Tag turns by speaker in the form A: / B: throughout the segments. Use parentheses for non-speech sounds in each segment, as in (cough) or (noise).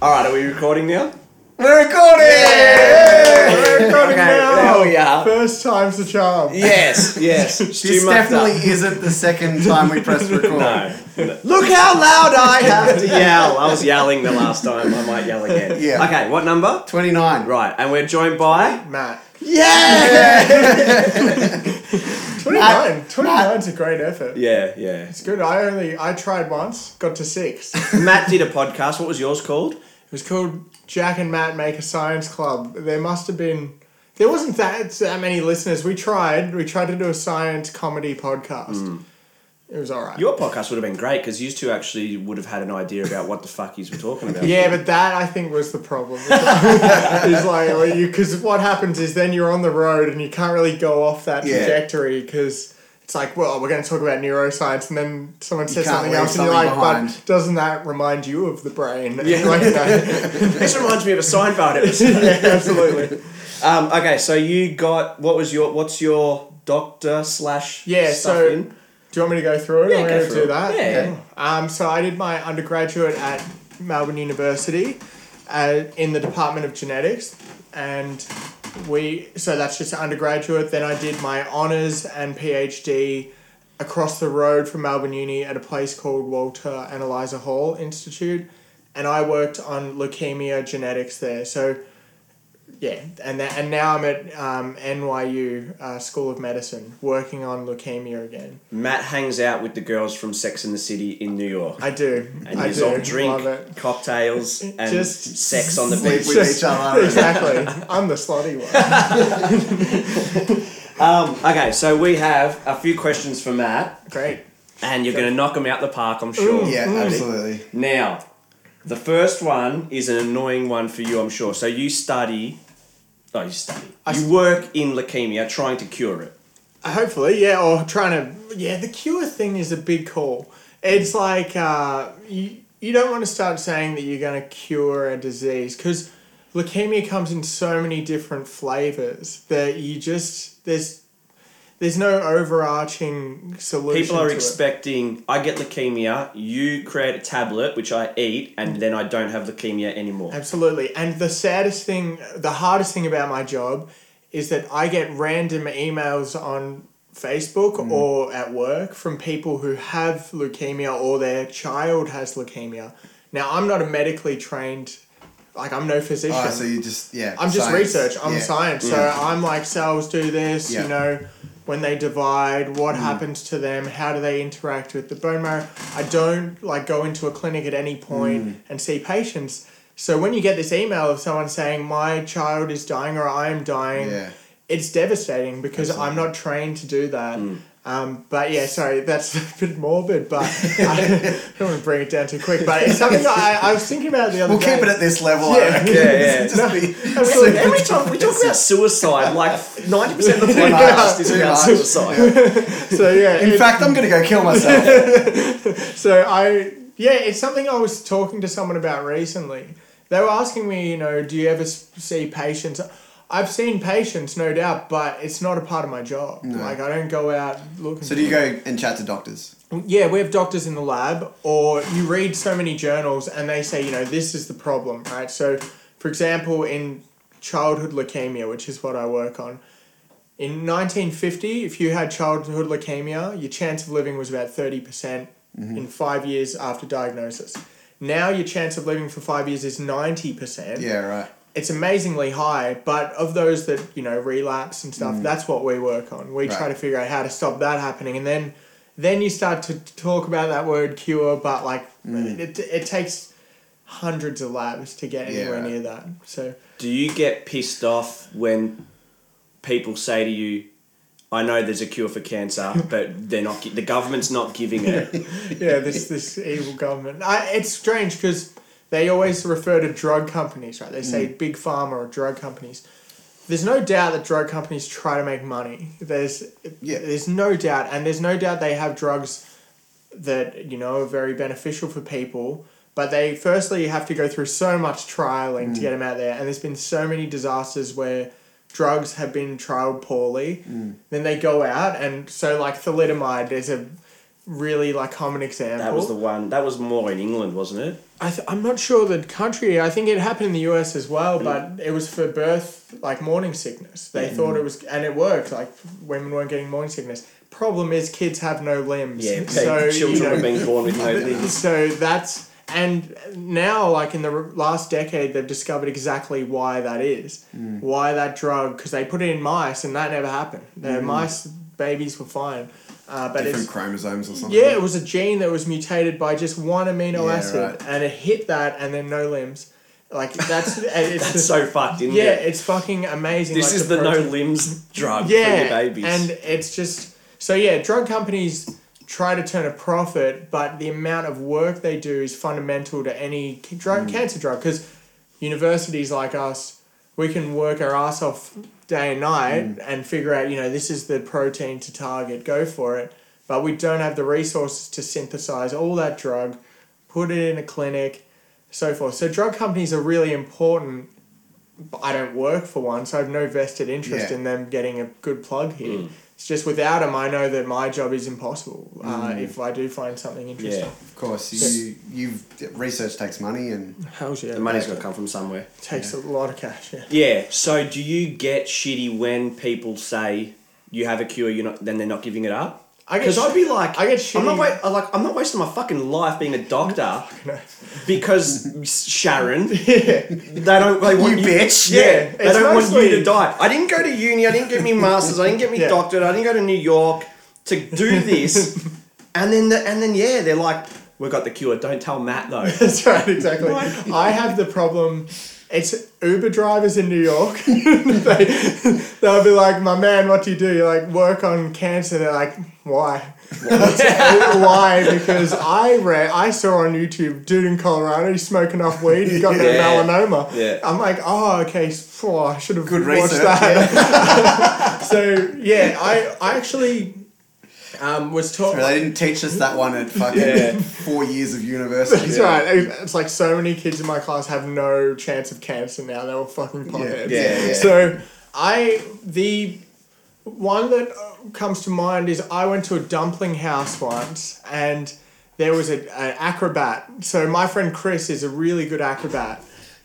A: All right, are we recording now?
B: We're recording!
A: We're recording
B: Okay,
A: now.
B: there we are.
C: First time's the charm.
A: Yes, yes.
B: This
A: Stu mucked
B: definitely
A: up.
B: isn't the second time we pressed record.
A: No. no. Look how loud I have (laughs) to yell. I was yelling the last time. I might yell again.
B: Yeah.
A: Okay, what number?
B: 29.
A: Right, and we're joined by.
C: Matt.
A: Yeah!
C: 29. 29's a great
A: (laughs)
C: effort.
A: Yeah, yeah.
C: It's good. I only, I tried once, got to
B: (laughs)
C: six. it
A: Matt did a podcast. What was yours called?
C: was called Jack and Matt Make a Science Club. There must have been, there wasn't that, that many listeners. We tried, we tried to do a science comedy podcast. It was alright.
A: Your podcast would have been great because you two actually would have had an idea about what the fuck yous were talking about.
C: Yeah, but that I think was the problem. (laughs) It's like, well, you because what happens is then you're on the road and you can't really go off that
B: Yeah.
C: trajectory because it's like, well, we're going to talk about neuroscience, and then someone says
B: can't
C: something
B: leave
C: else, and you're like,
B: something behind.
C: but doesn't that remind you of the brain? Yeah, (laughs) like,
B: (laughs)
C: no.
A: This reminds me of a Seinfeld episode.
C: yeah absolutely.
A: um, okay, so you got what was your what's your doctor slash
C: Yeah,
A: stuff
C: so-
A: in?
C: Do you want me to go through it?
A: Yeah,
C: I'm
A: go
C: going to
A: through it.
C: do that.
A: Yeah. Okay.
C: Um, so I did my undergraduate at Melbourne University uh, in the Department of Genetics, and we so that's just undergraduate. Then I did my honors and PhD across the road from Melbourne Uni at a place called Walter and Eliza Hall Institute, and I worked on leukemia genetics there. So. Yeah, and that, and now I'm at um, NYU uh, School of Medicine working on leukemia again.
A: Matt hangs out with the girls from Sex in the City in New York.
C: I do.
A: and
C: I
A: he's
C: do.
A: on drink,
C: Love (laughs) it.
A: cocktails, and
C: Just
A: sex on the
B: Sleep
A: beach.
B: with each other.
C: (laughs) Exactly. I'm the slutty one.
A: Um, okay, so we have a few questions for Matt,
C: Great.
A: and you're going to knock him out the park, I'm sure.
C: Mm,
B: Yeah,
C: Mm-hmm.
A: Cody.
B: absolutely.
C: (laughs)
A: Now, the first one is an annoying one for you, I'm sure. So you study, oh, you study, you work in leukemia, trying to cure it.
C: Hopefully, yeah, or trying to. Yeah, the cure thing is a big call. It's like uh, you, you don't want to start saying that you're going to cure a disease because leukemia comes in so many different flavors that you just. There's. There's no overarching solution.
A: People are
C: to it.
A: expecting, I get leukemia, you create a tablet which I eat, and then I don't have leukemia anymore.
C: Absolutely. And the saddest thing, the hardest thing about my job is that I get random emails on Facebook or at work from people who have leukemia or their child has leukemia. Now, I'm not a medically trained, like, I'm no physician.
B: Oh, so you just, yeah.
C: I'm just
B: science.
C: research. I'm
B: yeah.
C: science. So I'm like cells do this.
B: Yeah. Mm.
C: You know, when they divide, what happens to them? How do they interact with the bone marrow? I don't like go into a clinic at any point
B: Mm.
C: and see patients. So when you get this email of someone saying my child is dying or I am dying,
B: Yeah.
C: it's devastating because I'm not trained to do that.
B: Mm.
C: Um, but yeah, sorry, that's (laughs) a bit morbid, but I (laughs) don't want to bring it down too quick. But it's something I, I was thinking about the other
B: We'll
C: day.
B: keep it at this level. I
C: Yeah.
B: reckon. (laughs)
A: Yeah, yeah.
B: just
C: (laughs)
B: be
C: absolutely.
B: super
A: Every time we talk about suicide, like
C: (laughs)
A: 90% of the
B: Too much,
A: podcast is
B: too
A: about
B: much.
A: suicide.
C: So yeah,
B: In
C: it-
B: fact, I'm going to go
C: (laughs)
B: kill myself.
C: So I, yeah, it's something I was talking to someone about recently. They were asking me, you know, do you ever s- see patients? I've seen patients, no doubt, but it's not a part of my job. Like I don't go out looking.
B: so do you go and chat to doctors?
C: Yeah, we have doctors in the lab, or you read so many journals and they say, you know, this is the problem, right? So, for example, in childhood leukemia, which is what I work on, in 1950, if you had childhood leukemia, your chance of living was about 30% percent in five years after diagnosis. Now, your chance of living for five years is 90%
B: Yeah, right.
C: it's amazingly high, but of those that, you know, relapse and stuff, that's what we work on. We try
B: Mm. Right.
C: to figure out how to stop that happening and then then you start to talk about that word cure, but like
B: Mm.
C: it, it takes hundreds of labs to get
B: Yeah,
C: anywhere
B: right.
C: near that.
B: (laughs)
C: So
A: Do you get pissed off when people say to you, I know there's a cure for cancer, but they're not. gi- The government's not giving
C: (laughs)
A: it.
C: yeah, this this evil government. I, it's strange because they always refer to drug companies, right? They
B: Mm.
C: say big pharma or drug companies. There's no doubt that drug companies try to make money. There's
B: Yeah.
C: there's no doubt, and there's no doubt they have drugs that you know are very beneficial for people. But they firstly have to go through so much trialing
A: Mm.
C: to get them out there, and there's been so many disasters where drugs
A: Mm.
C: have been trialed poorly. Then they go out, and so like thalidomide, there's a really like common example.
A: That was the one. That was more in England, wasn't it?
C: I th- I'm not sure the country. I think it happened in the US as well,
A: Mm.
C: but it was for birth, like morning sickness. They thought it was, and it worked. Like women weren't getting morning sickness. Problem is, kids have no limbs.
A: Yeah.
C: (laughs)
A: (laughs)
C: so
A: children
C: you know,
A: were being born with
C: (laughs)
A: no limbs.
C: so that's and now like in the r- last decade they've discovered exactly why that is
A: Mm.
C: why that drug because they put it in mice and that never happened the
A: Mm.
C: mice babies were fine uh, but
B: Different
C: it's
B: chromosomes or something.
C: yeah it was a gene that was mutated by just one amino
B: Yeah,
C: acid
B: right.
C: and it hit that and then no limbs
A: (laughs)
C: like that's and it's
A: That's
C: just,
A: so fucked, isn't
C: yeah
A: it?
C: it's fucking amazing
A: This
C: like,
A: is the, no
C: protein-
A: limbs drug for your
C: yeah,
A: babies.
C: and it's just so yeah. Drug companies try to turn a profit, but the amount of work they do is fundamental to any c-
A: Mm.
C: drug cancer drug because universities like us, we can work our ass off day and night
A: Mm.
C: and figure out you know this is the protein to target, go for it. But we don't have the resources to synthesize all that drug, put it in a clinic, so forth. So drug companies are really important. but I don't work for one, so I have no vested interest
B: Yeah.
C: in them getting a good plug here.
A: Mm.
C: It's just without them, I know that my job is impossible uh,
A: Mm.
C: if I do find something interesting.
A: yeah,
B: Of course, you you've research takes money and
C: How's yeah.
A: the money's got to come from somewhere.
C: takes a lot of cash. Yeah.
A: Yeah. So do you get shitty when people say you have a cure, you're not, then they're not giving it up?
C: I get
A: Because I'd be like,
C: I get
A: I'm not
C: shitty-
A: wait, I like, I'm not wasting my fucking life being a doctor
C: (laughs)
A: because Sharon, they don't, they want
B: You bitch.
A: Yeah,
C: Yeah,
A: they
C: it's
A: don't want you
C: mostly-
A: to die. I didn't go to uni. I didn't get
C: (laughs)
A: me masters. I didn't get me
C: Yeah.
A: doctorate. I didn't go to New York to
C: (laughs)
A: do this. and then, the, and then, yeah, they're like, we got the cure. Don't tell Matt though.
C: That's right, exactly. I have the problem. It's Uber drivers in New York. (laughs) they, they'll be like, "My man, what do you do? You like work on cancer?" They're like, "Why? (laughs) Why? Because I read, I saw on YouTube, dude in Colorado, he's smoking off weed. He's got
A: Yeah.
C: no melanoma.
A: Yeah.
C: I'm like, oh, okay. s- Oh, I should have
B: Good
C: watched
B: research,
C: that. (laughs) so yeah, I I actually um, was taught.
B: they didn't teach us that one at fucking
A: Yeah.
B: four years of university.
C: That's right. It's like so many kids in my class have no chance of cancer now. They're all fucking potheads.
B: yeah, yeah.
C: So I the one that uh, comes to mind is I went to a dumpling house once and there was a, an acrobat. So my friend Chris is a really good acrobat.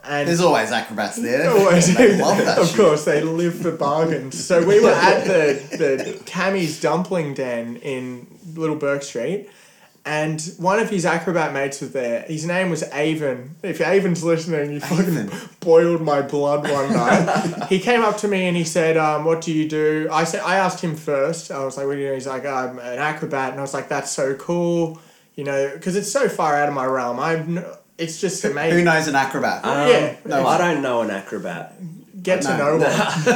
C: And
B: There's always acrobats
C: (laughs)
B: there.
C: Always.
B: They love
C: (laughs)
B: that
C: of
B: shit.
C: course, they live for bargains. So we were at the, the Tammy's Dumpling Den in Little Burke Street, and one of his acrobat mates was there. His name was Avon. If Avon's listening, you
B: Avon.
C: fucking boiled my blood one
B: (laughs)
C: night. he came up to me and he said, um, "What do you do?" I said, I asked him first. I was like, "What do you do?" He's like, "I'm an acrobat," and I was like, "That's so cool." You know, because it's so far out of my realm. I'm. n- It's just
B: Who um,
C: amazing.
B: knows an acrobat?
C: yeah.
A: No, Um, I don't know an acrobat.
C: Get to know
B: No.
C: one.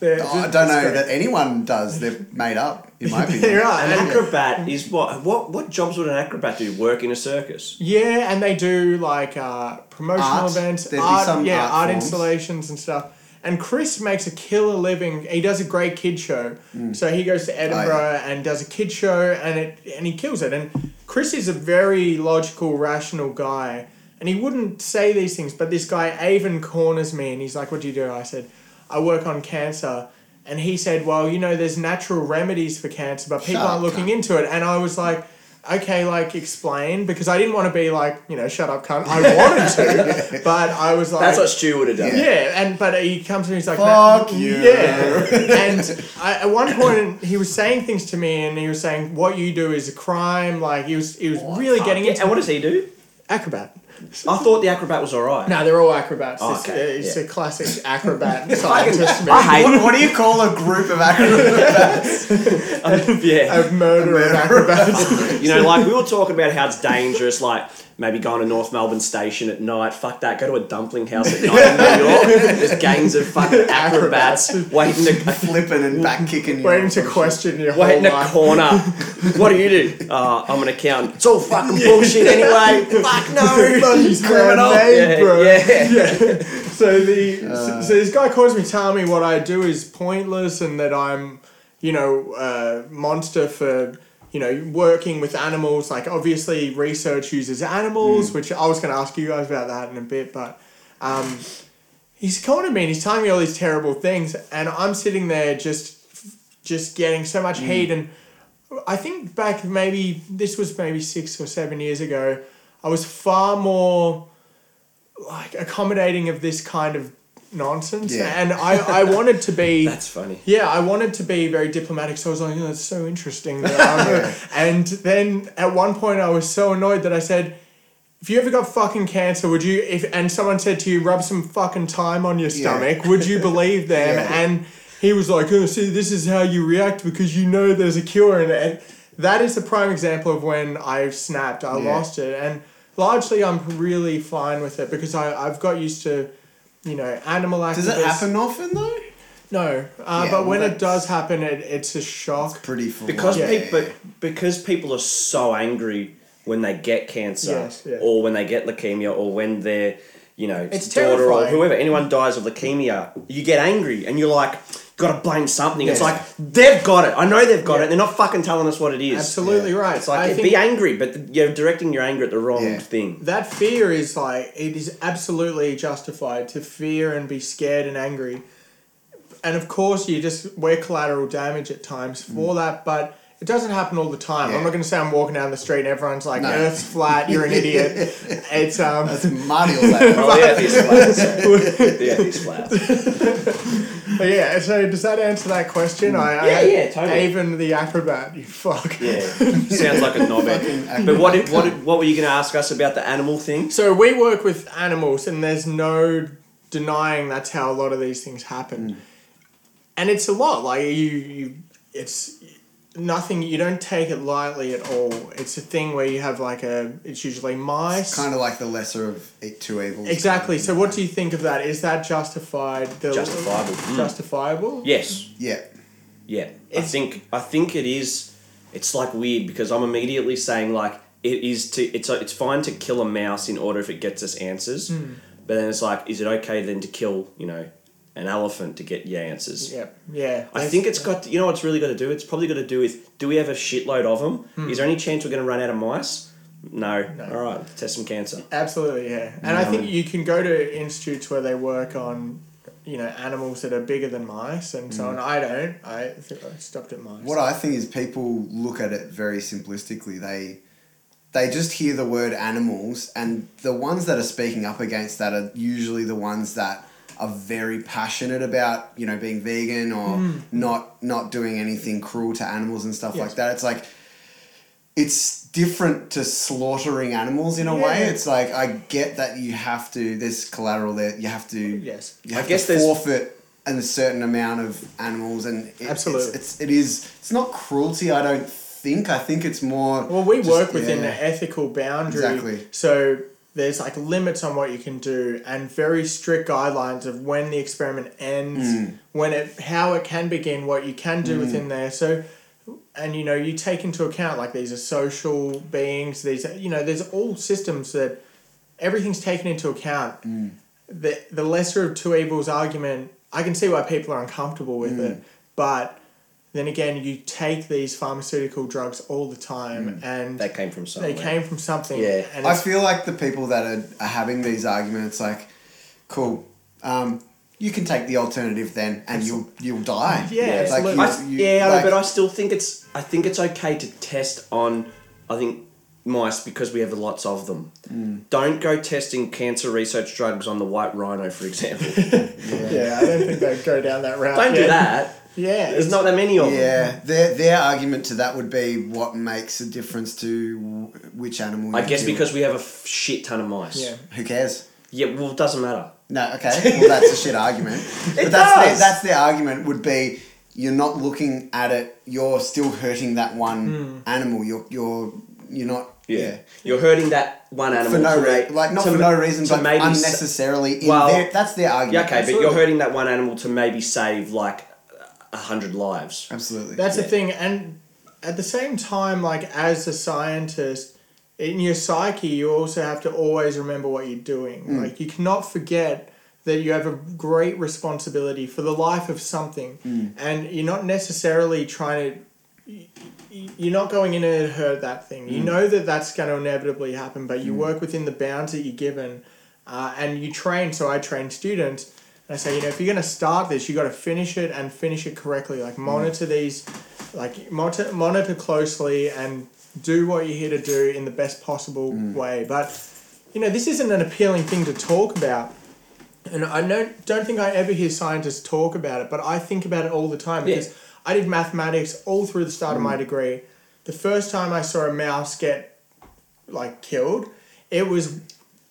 C: They're-
B: I
C: it's
B: don't know
C: great. (laughs)
B: that anyone does. They're made up, in my opinion.
C: They are.
A: An
C: And-
A: acrobat is what? What? What jobs would an acrobat do? Work in a circus?
C: yeah, and they do like uh, promotional
B: Art.
C: events,
B: There'd be
C: art,
B: some
C: yeah,
B: art
C: art,
B: forms.
C: installations and stuff. And Chris makes a killer living. He does a great kid show.
B: Mm.
C: So he goes to Edinburgh and does a kid show, and it and he kills it. And Chris is a very logical, rational guy, and he wouldn't say these things. But this guy Avon corners me, and he's like, "What do you do?" I said, "I work on cancer." And he said, "Well, you know, there's natural remedies for cancer, but people
B: Shut
C: aren't
B: up,
C: looking into it." And I was like, "Okay, like explain," because I didn't want to be like, you know, "Shut up, cunt." (laughs) I wanted to, but I was like,
A: That's what Stu would have done.
C: yeah, and but he comes to me, he's like,
B: Fuck
C: "Matt,"
B: you.
C: Yeah, and I, at one point he was saying things to me, and he was saying, "What you do is a crime." Like he was, he was really
A: Fuck
C: getting
A: yeah.
C: into
A: And what does he do?
C: acrobat. Oh,
A: I thought the acrobat was alright.
C: No, they're all acrobats. It's,
A: Okay,
C: it's
A: yeah.
C: a (laughs) classic acrobat scientist
A: I
C: movie.
A: hate.
B: What, what do you call a group of acrobats?
A: (laughs) yeah.
C: A murder of
B: (laughs)
C: acrobats.
A: You know, like we were talking about how it's dangerous, like maybe going to North Melbourne station at night. Fuck that. Go to a dumpling house at night in New York. (laughs) There's gangs of fucking acrobats waiting to
B: (laughs) Flipping and back kicking.
C: Waiting to question your
A: (laughs)
C: whole
A: waiting in a
C: life.
A: corner. What do you do? Uh, I'm an accountant. It's all fucking bullshit anyway. (laughs) Fuck no.
C: (laughs) He's
B: Criminal.
C: lemonade, bro.
A: Yeah, yeah.
C: So the so, so this guy calls me, telling me what I do is pointless, and that I'm, you know, a monster for you know working with animals. Like obviously, research uses animals, which I was going to ask you guys about that in a bit, but. Um, he's calling to me and he's telling me all these terrible things, and I'm sitting there just, just getting so much heat and I think back maybe this was maybe six or seven years ago. I was far more like accommodating of this kind of nonsense,
B: Yeah.
C: and I, I wanted to
A: (laughs)
C: be.
A: That's funny.
C: Yeah, I wanted to be very diplomatic, so I was like, oh, that's so interesting. that
B: (laughs)
C: I'm-" and then at one point, I was so annoyed that I said, if you ever got fucking cancer, would you, if, and someone said to you, rub some fucking time on your stomach, would you
B: (laughs)
C: believe them?
B: Yeah.
C: And he was like, oh, see, this is how you react because you know there's a cure. And, and that is the prime example of when I've snapped, I
B: Yeah.
C: lost it. And largely, I'm really fine with it because I, I've got used to, you know, animal activists.
B: Does it happen often though?
C: No, uh,
B: Yeah,
C: but when
B: well,
C: it does happen, it, it's a shock.
B: Pretty full.
A: Because
B: on.
A: peop but because people are so angry when they get cancer
C: Yes, yeah.
A: or when they get leukemia or when their you know
C: It's
A: daughter or
C: terrifying.
A: whoever anyone dies of leukemia, you get angry and you're like, gotta blame something. It's
B: Yeah.
A: like they've got it. I know they've got
C: Yeah.
A: it. They're not fucking telling us what it is.
C: Absolutely
B: Yeah.
C: right.
A: It's like
C: I think
A: be angry, but th- you're directing your anger at the wrong
B: Yeah.
A: thing.
C: that fear is like it is absolutely justified to fear and be scared and angry, and of course you just we're collateral damage at times
A: Mm.
C: for that, but. It doesn't happen all the time. I'm
B: Yeah.
C: not going to say I'm walking down the street and everyone's like,
B: No.
C: "Earth's flat, you're
A: (laughs)
C: an idiot." It's um,
B: That's Marty will
C: (laughs)
B: laugh.
A: Oh, the earth (laughs) is flat. sorry. the earth is flat.
C: but yeah. So does that answer that question? I,
A: Mm. Yeah,
C: I
A: yeah, totally.
C: Even the acrobat, you fuck. (laughs)
A: Yeah, sounds like a knobhead. But what did, what did, what were you going to ask us about the animal thing?
C: So we work with animals, and there's no denying that's how a lot of these things
A: Mm.
C: happen. And it's a lot. Like you, you, it's nothing. You don't take it lightly at all. It's a thing where you have like a. It's usually mice.
B: kind of like the lesser of e- two evils.
C: exactly. So what do you think of that? Is that justified? The,
A: Justifiable. Mm.
C: Justifiable.
A: Yes.
B: Yeah.
A: Yeah, I
C: It's-
A: think I think it is. It's like weird because I'm immediately saying like it is to it's it's fine to kill a mouse in order if it gets us answers,
C: Hmm.
A: but then it's like is it okay then to kill you know an elephant to get your answers?
C: Yeah. Yeah.
A: I think it's got you know what it's really got to do. It's probably got to do with do we have a shitload of them?
C: Hmm.
A: Is there any chance we're going to run out of mice? No. All right, test some cancer.
C: Absolutely, yeah. And I think you can go to institutes where they work on, you know, animals that are bigger than mice and so on. I don't. I, think I stopped at mice.
B: Mm. What I think is people look at it very simplistically. They they just hear the word animals and the ones that are speaking up against that are usually the ones that are very passionate about, you know, being vegan or not not doing anything cruel to animals and stuff
C: Hmm. Yes.
B: like that. It's like it's different to slaughtering animals in a
C: Yeah.
B: way. It's like I get that you have to there's collateral there. You have to
C: yes.
B: you
A: I
B: have
A: guess
B: to
A: there's-
B: forfeit a certain amount of animals, and it,
C: Absolutely.
B: it's, it's it is it's not cruelty. I don't think. I think it's more.
C: Well, we
B: just-
C: work within
B: yeah.
C: an ethical boundary.
B: Exactly.
C: So there's like limits on what you can do and very strict guidelines of when the experiment ends,
B: Mm.
C: when it how it can begin, what you can do within there. So and you know, you take into account like these are social beings, these are, you know, there's all systems that everything's taken into account.
A: Mm.
C: The the lesser of two evils argument, I can see why people are uncomfortable with
A: Mm.
C: it, but then again, you take these pharmaceutical drugs all the time, and
A: That came from somewhere.
C: they came from something.
A: Mm. Yeah.
C: and
B: I
C: it's,
B: feel like the people that are, are having these arguments, like, cool, um, you can take the alternative then, and you'll you'll die.
C: Yeah,
B: It's like
C: absolutely.
A: I-
B: you, you,
A: yeah, I know,
B: like,
A: but I still think it's. I think it's okay to test on. I think mice because we have lots of them.
B: Mm.
A: Don't go testing cancer research drugs on the white rhino, for
B: (laughs)
A: example.
C: yeah, I don't think they'd go down that route.
A: Don't do
C: Yeah.
A: that.
C: Yeah,
A: There's not that many of them.
B: yeah, their their argument to that would be what makes a difference to wh- which animal.
A: I
B: you
A: guess
B: kill.
A: because we have a f- shit ton of mice.
C: Yeah.
B: who cares.
A: Yeah. Well, it doesn't matter. (laughs)
B: No, okay. Well, that's a shit argument.
A: It
B: but that's
A: does.
B: The, that's the argument would be you're not looking at it. You're still hurting that one
A: Hmm.
B: animal. You're you're you're not.
A: You're hurting that one animal
B: For no
A: to ma-
B: reason, like not
A: to
B: for
A: ma-
B: no reason,
A: to
B: but
A: maybe sa-
B: unnecessarily. In
A: Well-
B: their, that's their argument.
A: Yeah, okay,
B: Absolutely.
A: but you're hurting that one animal to maybe save like a hundred lives.
B: absolutely.
C: That's
A: Yeah.
C: the thing, and at the same time, like as a scientist, in your psyche, you also have to always remember what you're doing. Like you cannot forget that you have a great responsibility for the life of something, and you're not necessarily trying to. y- y- You're not going in and hurt that thing. You know that that's going to inevitably happen, but you work within the bounds that you're given, uh, and you train. So I train students. And I say, you know, if you're going to start this, you got to finish it and finish it correctly. Like monitor these like monitor, monitor closely and do what you're here to do in the best possible way. But you know, this isn't an appealing thing to talk about. And I don't, don't think I ever hear scientists talk about it, but I think about it all the time
A: Yeah.
C: because I did mathematics all through the start of my degree. The first time I saw a mouse get like killed, it was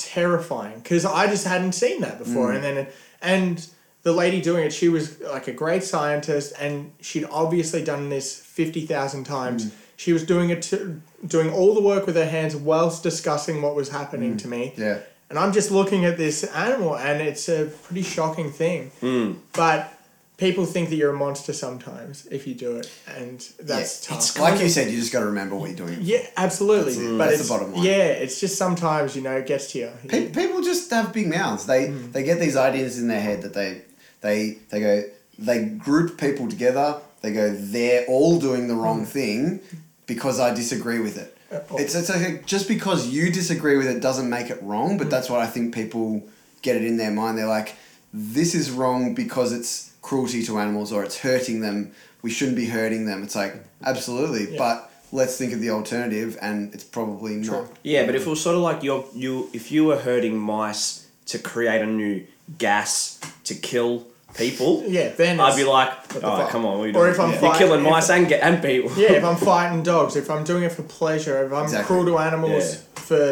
C: terrifying because I just hadn't seen that before. And then, and the lady doing it, she was like a great scientist, and she'd obviously done this fifty thousand times. She was doing it, to, doing all the work with her hands, whilst discussing what was happening to me.
B: Yeah.
C: And I'm just looking at this animal, and it's a pretty shocking thing. But people think that you're a monster sometimes if you do it, and that's
B: yeah.
C: tough.
B: It's like you said, you just got to remember what you're doing.
C: yeah, absolutely.
B: That's
C: But
B: it. That's
C: it's,
B: the bottom line.
C: Yeah, it's just sometimes you know it gets to you.
B: Pe- people just have big mouths. They
C: Hmm.
B: they get these ideas in their head that they they they go they group people together. They go they're all doing the wrong
C: Hmm.
B: thing because I disagree with it.
C: or-
B: It's it's like just because you disagree with it doesn't make it wrong.
C: Hmm.
B: But that's what I think people get it in their mind. They're like this is wrong because it's cruelty to animals or it's hurting them. We shouldn't be hurting them. It's like absolutely,
C: Hmm. Yeah.
B: but let's think of the alternative, and it's probably
C: True.
B: not.
A: Yeah, but if it was sort of like you you if you were herding mice to create a new gas to kill people,
C: Yeah, then
A: I'd
C: it's-
A: be like,
C: the
A: oh,
C: fuck?"
A: come on, what are you
C: Or
A: doing?
C: if I'm
A: you're
C: fight-
A: killing
C: if-
A: mice and, ga- and people.
C: Yeah,
A: (laughs)
C: if I'm fighting dogs, if I'm doing it for pleasure, if I'm
B: Exactly.
C: cruel to animals
A: Yeah.
C: for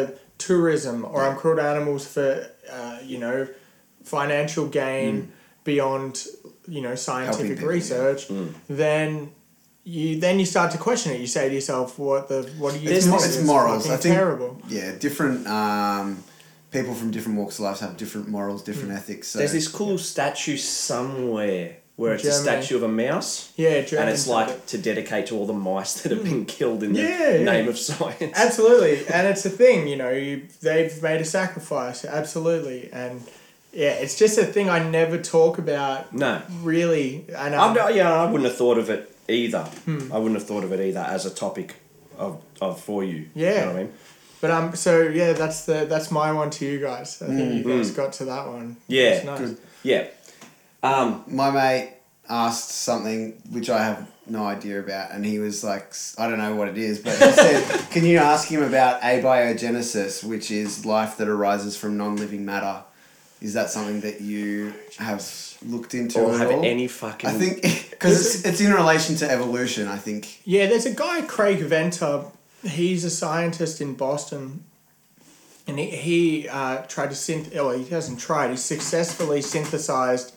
C: tourism, or I'm cruel to animals for, uh, you know, financial gain
A: Hmm.
C: beyond, you know, scientific
B: people, yeah.
C: research,
A: Hmm.
C: then you then you start to question it. You say to yourself, "What the? What are you?
A: It's
C: doing?
A: mo-
B: it's morals,
C: fucking
B: I think.
C: terrible.
B: Yeah, different um, people from different walks of life have different morals, different ethics. So
A: Hmm. There's this cool statue somewhere where it's a
C: Germany.
A: statue of a mouse.
C: Yeah,
A: And
C: Germans
A: it's
C: have it. Hmm.
A: like to dedicate to all the mice that have been killed in
C: Yeah,
A: the
C: yeah.
A: name of science.
C: Absolutely, and it's a thing, you know. You, they've made a sacrifice, absolutely, and yeah, it's just a thing I never talk about,
A: (laughs) No,
C: really. And
A: I'm
C: um,
A: not, yeah, I wouldn't have thought of it either.
C: Hmm.
A: I wouldn't have thought of it either as a topic of, of for you. you
C: Yeah.
A: know what I mean.
C: but um, so yeah, that's the that's my one to you guys. I think you guys got to that one.
A: Mm. Yeah.
C: That's nice.
A: Yeah. Um,
B: my mate asked something which I have no idea about, and he was like, s- I don't know what it is,
A: (laughs)
B: but he said, Can you ask him about abiogenesis, which is life that arises from non living matter? Is that something that you have looked into?
A: or
B: at
A: have
B: all?
A: any fucking.
B: I think (laughs) because it's, it's in relation to evolution. I think
C: Yeah, there's a guy, Craig Venter. He's a scientist in Boston, and he, he uh, tried to synth. Well, he hasn't tried. He successfully synthesized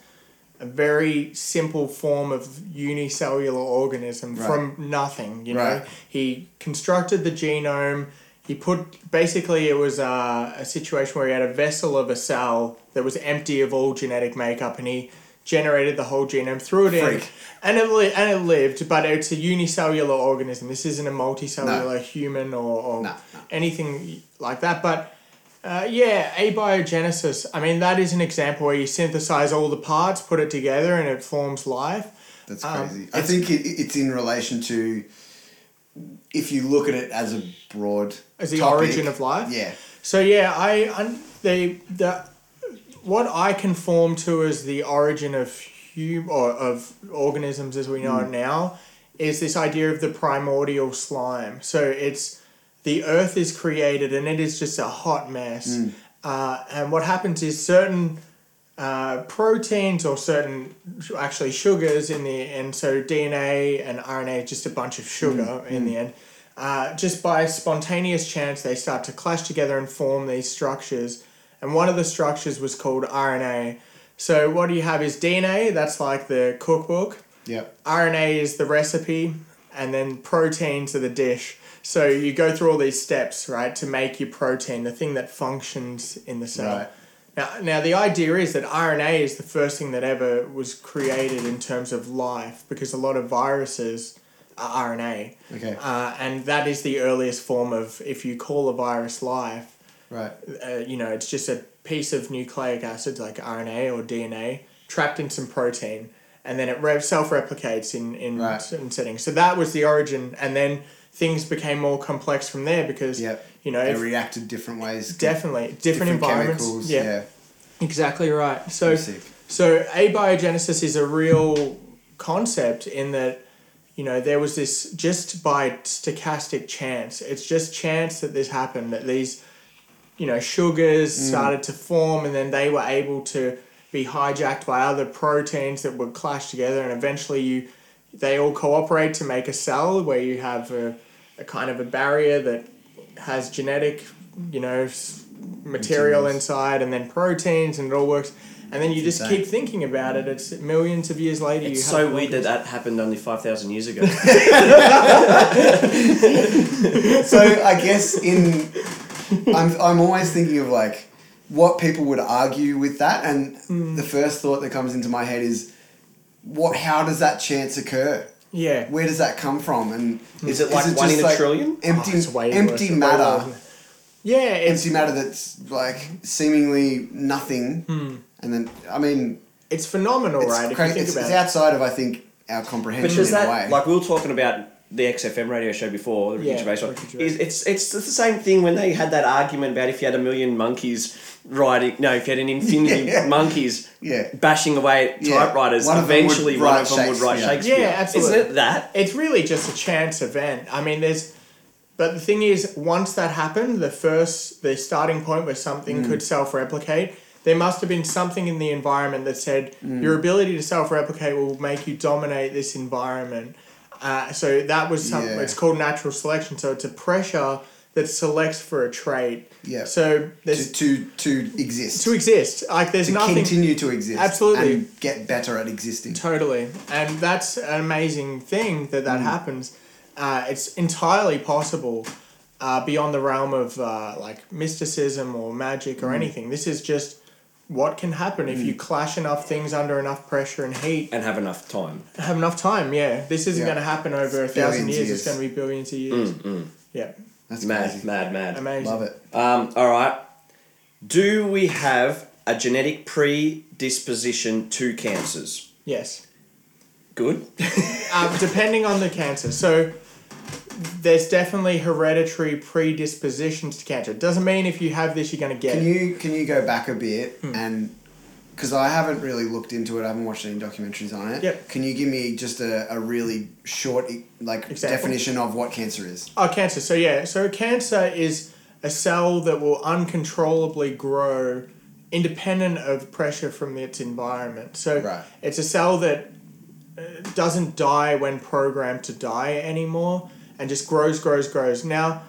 C: a very simple form of unicellular organism
B: Right.
C: from nothing. You know,
B: Right.
C: he constructed the genome. He put basically it was a, a situation where he had a vessel of a cell that was empty of all genetic makeup, and he generated the whole genome, threw it in,
B: Freak.
C: and it li- and it lived. But it's a unicellular organism. This isn't a multicellular human or, or
B: No, no.
C: anything like that. But uh, yeah, abiogenesis. I mean, that is an example where you synthesize all the parts, put it together, and it forms life.
B: That's
C: Um,
B: crazy. I think it, it's in relation to if you look at it as a broad
C: As the
B: topic,
C: origin of life?
B: Yeah,
C: So yeah, I un- they the what I conform to as the origin of hum- or of organisms as we know it now is this idea of the primordial slime. So it's the earth is created and it is just a hot mess. Uh, and what happens is certain uh, proteins or certain actually sugars in the and so DNA and RNA is just a bunch of sugar in the end. Uh, just by spontaneous chance, they start to clash together and form these structures. And one of the structures was called RNA. So what you have is DNA. That's like the cookbook.
B: yeah.
C: RNA is the recipe, and then proteins are the dish. So you go through all these steps, right, to make your protein, the thing that functions in the cell.
B: Right.
C: Now, now the idea is that RNA is the first thing that ever was created in terms of life, because a lot of viruses are RNA,
B: Okay,
C: uh, and that is the earliest form of if you call a virus life
B: right.
C: uh, you know, it's just a piece of nucleic acid like RNA or DNA trapped in some protein, and then it re- self replicates in in
B: Right.
C: certain settings. So that was the origin, and then things became more complex from there because
B: Yep.
C: you know
B: They
C: if-
B: reacted different ways.
C: definitely different, environments.
B: Yeah,
C: yeah, exactly right. So
B: Sick.
C: so abiogenesis is a real concept in that you know, there was this just by stochastic chance. It's just chance that this happened, that these, you know, sugars started to form and then they were able to be hijacked by other proteins that would clash together and eventually you they all cooperate to make a cell where you have a, a kind of a barrier that has genetic, you know, s- material
B: Materials.
C: inside and then proteins and it all works. And then you just
B: insane.
C: keep thinking about it. It's millions of years later. you
A: It's
C: have
A: so
C: all
A: weird
C: these-
A: that that happened only 5,000 years
B: (laughs)
A: ago.
B: so I guess in I'm I'm always thinking of like what people would argue with that and
C: Hmm.
B: the first thought that comes into my head is what how does that chance occur?
C: Yeah.
B: Where does that come from? And
A: Hmm. Is it like one
B: just
A: in a trillion?
C: Oh,
B: Empty
C: it's way worse,
B: empty
C: way
B: matter.
C: worse. Yeah, it's
B: Empty matter that's like seemingly nothing and then I mean
C: it's phenomenal,
B: it's
C: right? if
B: cra-
C: you think
B: it's,
C: about
B: it's
C: it.
B: outside of I think our
A: But
B: comprehension
A: does
B: in
A: that
B: a way.
A: like we were talking about the XFM radio show before the Ricky
C: Yeah,
A: Gervais one?
C: Ricky Gervais.
A: Is it's it's the same thing when they had that argument about if you had a million monkeys riding no if you had an infinity
B: (laughs) Yeah.
A: monkeys
B: Yeah.
A: bashing away at
B: Yeah.
A: typewriters
B: One of them would
A: eventually one
B: write
A: of them would write
B: Shakespeare.
A: Shakespeare
C: Yeah, absolutely.
A: isn't it that
C: it's really just a chance event. I mean, there's, but the thing is, once that happened, the first, the starting point where
B: Mm.
C: something could self replicate, there must have been something in the environment that said
B: Mm.
C: your ability to self replicate will make you dominate this environment. Uh, so that was something,
B: Yeah.
C: it's called natural selection. So it's a pressure that selects for a trait.
B: Yeah.
C: So
B: to,
C: there's
B: to to exist.
C: to exist. Like there's
B: to
C: nothing.
B: continue to exist.
C: Absolutely.
B: And get better at existing.
C: Totally, and that's an amazing thing that
B: Mm.
C: that happens. Uh, it's entirely possible uh, beyond the realm of uh, like mysticism or magic or
B: Mm.
C: anything. This is just what can happen if you clash enough things under enough pressure and heat.
A: and have enough time
C: Have enough time, yeah. This isn't
B: Yeah.
C: going to happen over a thousand
B: Billions
C: years.
B: of
C: It's
B: years.
C: going to be billions of years. Yeah,
B: That's
A: mad
B: crazy.
A: mad mad
C: amazing.
B: Love it.
A: Um, all right. Do we have a genetic predisposition to cancers?
C: Yes.
A: Good.
C: um, depending on the cancer. So there's definitely hereditary predispositions to cancer. It doesn't mean if you have this, you're going to get
B: Can
C: it.
B: you can you go back a bit
C: Hmm.
B: and because I haven't really looked into it, I haven't watched any documentaries on it.
C: Yep.
B: Can you give me just a, a really short like
C: Example.
B: definition of what cancer is?
C: Oh, cancer. So yeah, so cancer is a cell that will uncontrollably grow independent of pressure from its environment. So
B: Right.
C: it's a cell that uh, doesn't die when programmed to die anymore and just grows, grows, grows. Now,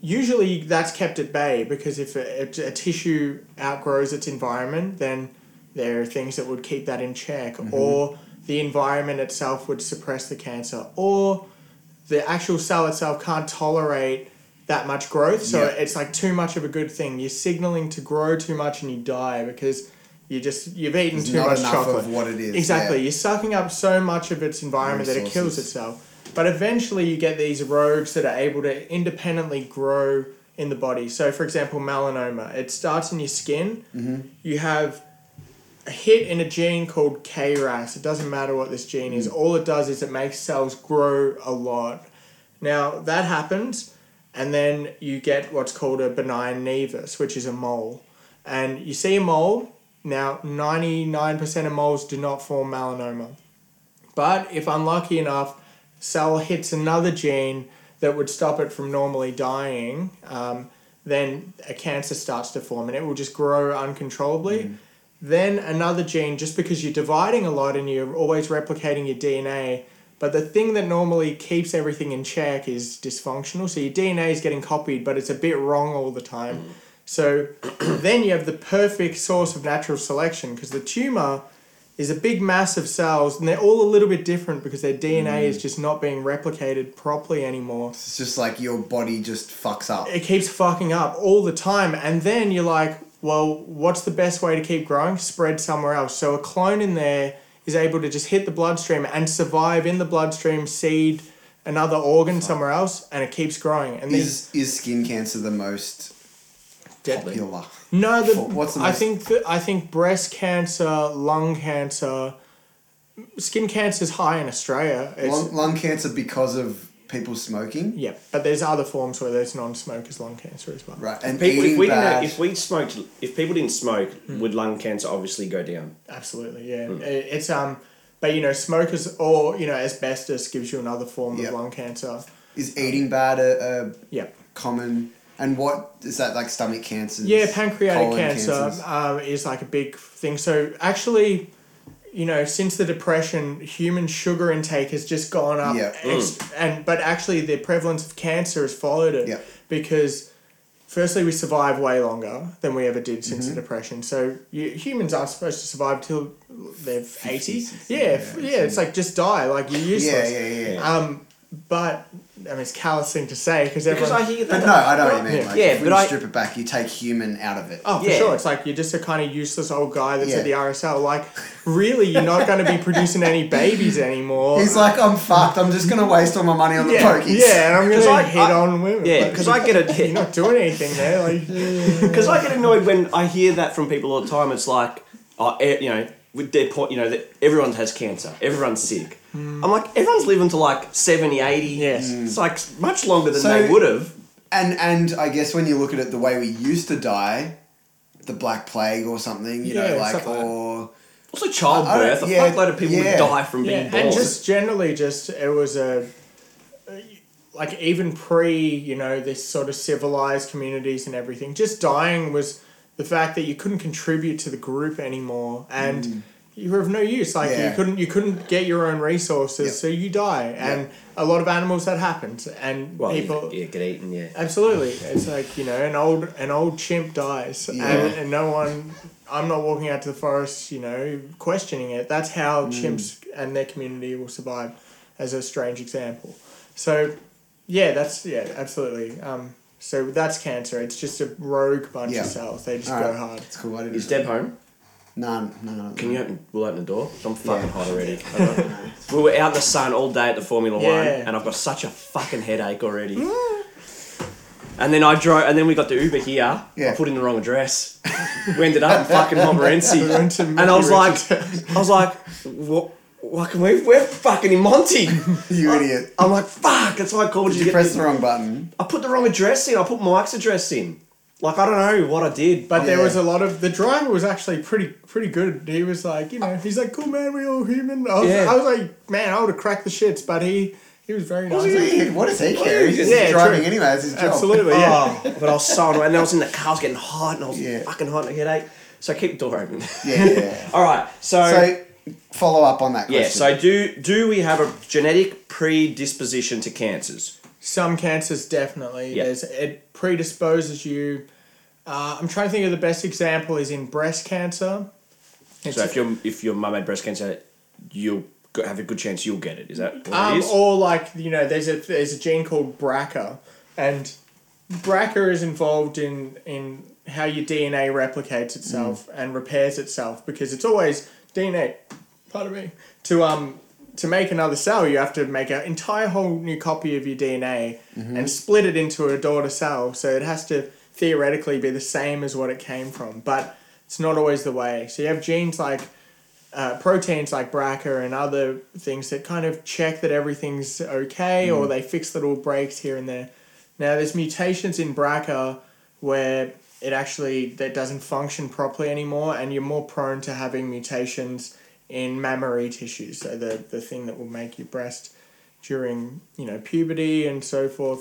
C: usually that's kept at bay because if a, if a tissue outgrows its environment, then there are things that would keep that in check,
B: Mm-hmm.
C: or the environment itself would suppress the cancer, or the actual cell itself can't tolerate that much growth. So
B: Yeah.
C: it's like too much of a good thing. You're signaling to grow too much and you die because you just you've eaten
B: There's
C: too
B: not
C: much
B: enough
C: chocolate.
B: of what it is.
C: Exactly.
B: Yeah.
C: You're sucking up so much of its environment that it kills
B: Resources.
C: itself. But eventually, you get these rogues that are able to independently grow in the body. So, for example, melanoma. It starts in your skin. You have a hit in a gene called KRAS. It doesn't matter what this gene is. All it does is it makes cells grow a lot. Now that happens, and then you get what's called a benign nevus, which is a mole. And you see a mole. Now, 99% of moles do not form melanoma. But if unlucky enough, cell hits another gene that would stop it from normally dying, um, then a cancer starts to form and it will just grow uncontrollably. Then another gene, just because you're dividing a lot and you're always replicating your DNA, but the thing that normally keeps everything in check is dysfunctional. So your DNA is getting copied, but it's a bit wrong all the time. So (clears throat) then you have the perfect source of natural selection because the tumor is a big mass of cells and they're all a little bit different because their DNA is just not being replicated properly anymore.
B: It's just like your body just fucks up.
C: It keeps fucking up all the time and then you're like, well, what's the best way to keep growing? Spread somewhere else. So a clone in there is able to just hit the bloodstream and survive in the bloodstream, seed another organ somewhere else and it keeps growing. And these
B: Is is skin cancer the most
A: Deadly.
B: popular?
C: No, the,
B: For- what's the
C: I
B: most-
C: think that I think breast cancer, lung cancer, skin cancer is high in Australia. It's,
B: Lung, lung cancer because of people smoking,
C: yeah, but there's other forms where there's non-smokers lung cancer as well.
B: right? And
A: People, if
B: eating
A: we didn't,
B: bad. Hmm.
A: have- if we smoked, if people didn't smoke, would lung cancer obviously go down?
C: Absolutely, yeah. It- It's um But you know, smokers or you know, asbestos gives you another form
B: Yep.
C: of lung cancer.
B: Is eating bad a, a
C: Yep.
B: common? And what is that like? Stomach cancers.
C: Yeah, pancreatic
B: colon
C: cancer
B: cancers?
C: um, is like a big thing. So actually, you know, since the depression, human sugar intake has just gone up.
B: Yeah.
C: ex-
A: Mm.
C: And but actually, the prevalence of cancer has followed it
B: Yeah.
C: because. Firstly, we survive way longer than we ever did since
B: Mm-hmm.
C: the depression. So you, humans aren't supposed to survive till they're eighty.
B: 60,
C: Yeah, f- yeah, it's like just die, like you're
B: Yeah,
C: useless.
B: yeah, yeah. yeah.
C: Um, but I mean, it's a callous thing to say because everyone.
A: Because I hear that.
B: but Uh, no, I know what you mean.
C: Yeah.
B: Like,
A: Yeah,
B: if
A: but
B: we
A: I-
B: strip it back, you take human out of it.
C: Oh, for
A: Yeah.
C: sure. It's like you're just a kind of useless old guy that's
B: Yeah.
C: at the RSL. Like, really, you're not going to be producing any babies anymore.
B: He's like, I'm fucked. I'm just gonna waste all my money on the
C: yeah,
B: pokies.
C: yeah, and I'm
A: (laughs)
C: going
A: 'Cause I-
C: to hit
A: I-
C: on women.
A: Yeah,
C: Like,
A: because I get
C: you're
A: a
C: not doing anything there. Like,
B: (laughs)
A: because I get annoyed when I hear that from people all the time. It's like, uh, eh, you know, with their point, you know, that everyone has cancer, everyone's sick.
B: Hmm.
A: I'm like, everyone's living to like 70, 80.
C: Yes. Mm.
A: it's like much longer than
B: So-
A: they would have.
B: And and I guess when you look at it the way we used to die, the Black Plague or something, you
C: Yeah,
B: know, like
C: stuff like that.
B: or
A: Also, childbirth.
B: I- yeah,
A: a fuckload of people
B: yeah.
A: would die from
C: yeah,
A: being born.
C: and just generally, just it was a. Like, even pre, you know, this sort of civilized communities and everything, just dying was the fact that you couldn't contribute to the group anymore. And.
A: Mm.
C: You were of no use. Like
B: Yeah.
C: you couldn't, you couldn't get your own resources,
B: Yep.
C: so you die. And a lot of animals that happens, and
A: well,
C: people.
A: yeah, get eaten. Yeah.
C: Absolutely, it's like you know, an old an old chimp dies,
B: Yeah.
C: and, and no one. I'm not walking out to the forest, you know, questioning it. That's how
B: Mm.
C: chimps and their community will survive, as a strange example. So, yeah, that's yeah, absolutely. Um, so that's cancer. It's just a rogue bunch
B: Yeah.
C: of cells. They just go
B: Alright.
C: hard.
B: it's cool. I didn't.
A: Is Deb home?
B: No, no, no.
A: Can you open? We'll open the door. I'm fucking
B: Yeah.
A: hot already.
B: (laughs)
A: we were out in the sun all day at the Formula One,
C: Yeah.
A: and I've got such a fucking headache already.
B: Mm.
A: and then I drove, and then we got the Uber here.
B: Yeah.
A: I put in the wrong address. we ended up in fucking
B: (laughs)
C: We went
A: Montmorency,
C: to
A: and I was
C: Mickey
A: like, I was like, what? What can we? We're fucking in
B: (laughs)
A: Monty.
B: You
C: Oh.
B: idiot.
A: I'm like, fuck. That's why I called you. to
B: Did you
A: get
B: press
A: the-
B: the wrong button?
A: I put the wrong address in. I put Mike's address in. Like I don't know what I did,
C: But
A: but
C: there
B: Yeah.
C: was a lot of the driver was actually pretty pretty good. He was like, you know, he's like, cool man, we all human. I was,
A: Yeah.
C: I was like, man, I would have cracked the shits, but he he was very nice.
B: Dude, (laughs) what does he care? He's just
C: Yeah,
B: driving
C: true.
B: anyway. It's his job.
C: Absolutely, yeah.
A: Oh, but I was so annoyed. And then I was in the car, I was getting hot, and I was
B: Yeah.
A: fucking hot and a headache. So I keep the door open. (laughs)
C: (laughs)
B: Yeah, yeah.
A: All right, so,
B: so follow up on that question.
A: yeah, so do do we have a genetic predisposition to cancers?
C: Some cancers definitely.
A: Yeah.
C: There's, it predisposes you. Uh, I'm trying to think of the best example is in breast cancer. It's
A: So if your if your mum had breast cancer, you'll go- have a good chance you'll get it. Is that what it
C: Um,
A: is?
C: or like you know, there's a there's a gene called BRCA, and BRCA is involved in in how your DNA replicates itself and repairs itself because it's always DNA. Pardon me. To um to make another cell, you have to make an entire whole new copy of your DNA and split it into a daughter cell. So it has to theoretically be the same as what it came from, but it's not always the way. So you have genes like uh, proteins like BRCA and other things that kind of check that everything's okay or they fix little breaks here and there. Now there's mutations in BRCA where it actually that doesn't function properly anymore and you're more prone to having mutations in mammary tissue, so the, the thing that will make your breast during, you know, puberty and so forth.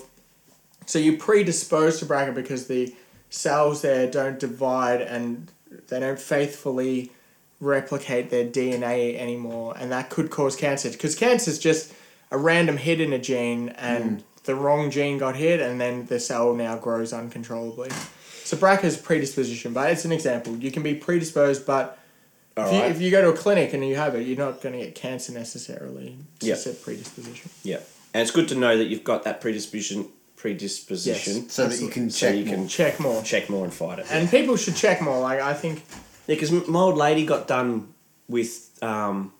C: So you're predisposed to BRCA because the cells there don't divide and they don't faithfully replicate their DNA anymore, and that could cause cancer. Because cancer is just a random hit in a gene,
A: Hmm.
C: and the wrong gene got hit, and then the cell now grows uncontrollably. So BRCA is predisposition, but it's an example. You can be predisposed, but if, you,
A: Alright.
C: if you go to a clinic and you have it, you're not going to get cancer necessarily. It's
A: Yeah.
C: just a predisposition.
A: yeah, and it's good to know that you've got that predisposition predisposition
C: Yes,
B: So that you can
A: so
B: check
A: you can
B: more.
C: Check more.
A: check more and fight it.
C: And people should check more. Like I think
A: Yeah, because my old lady got done with. Um,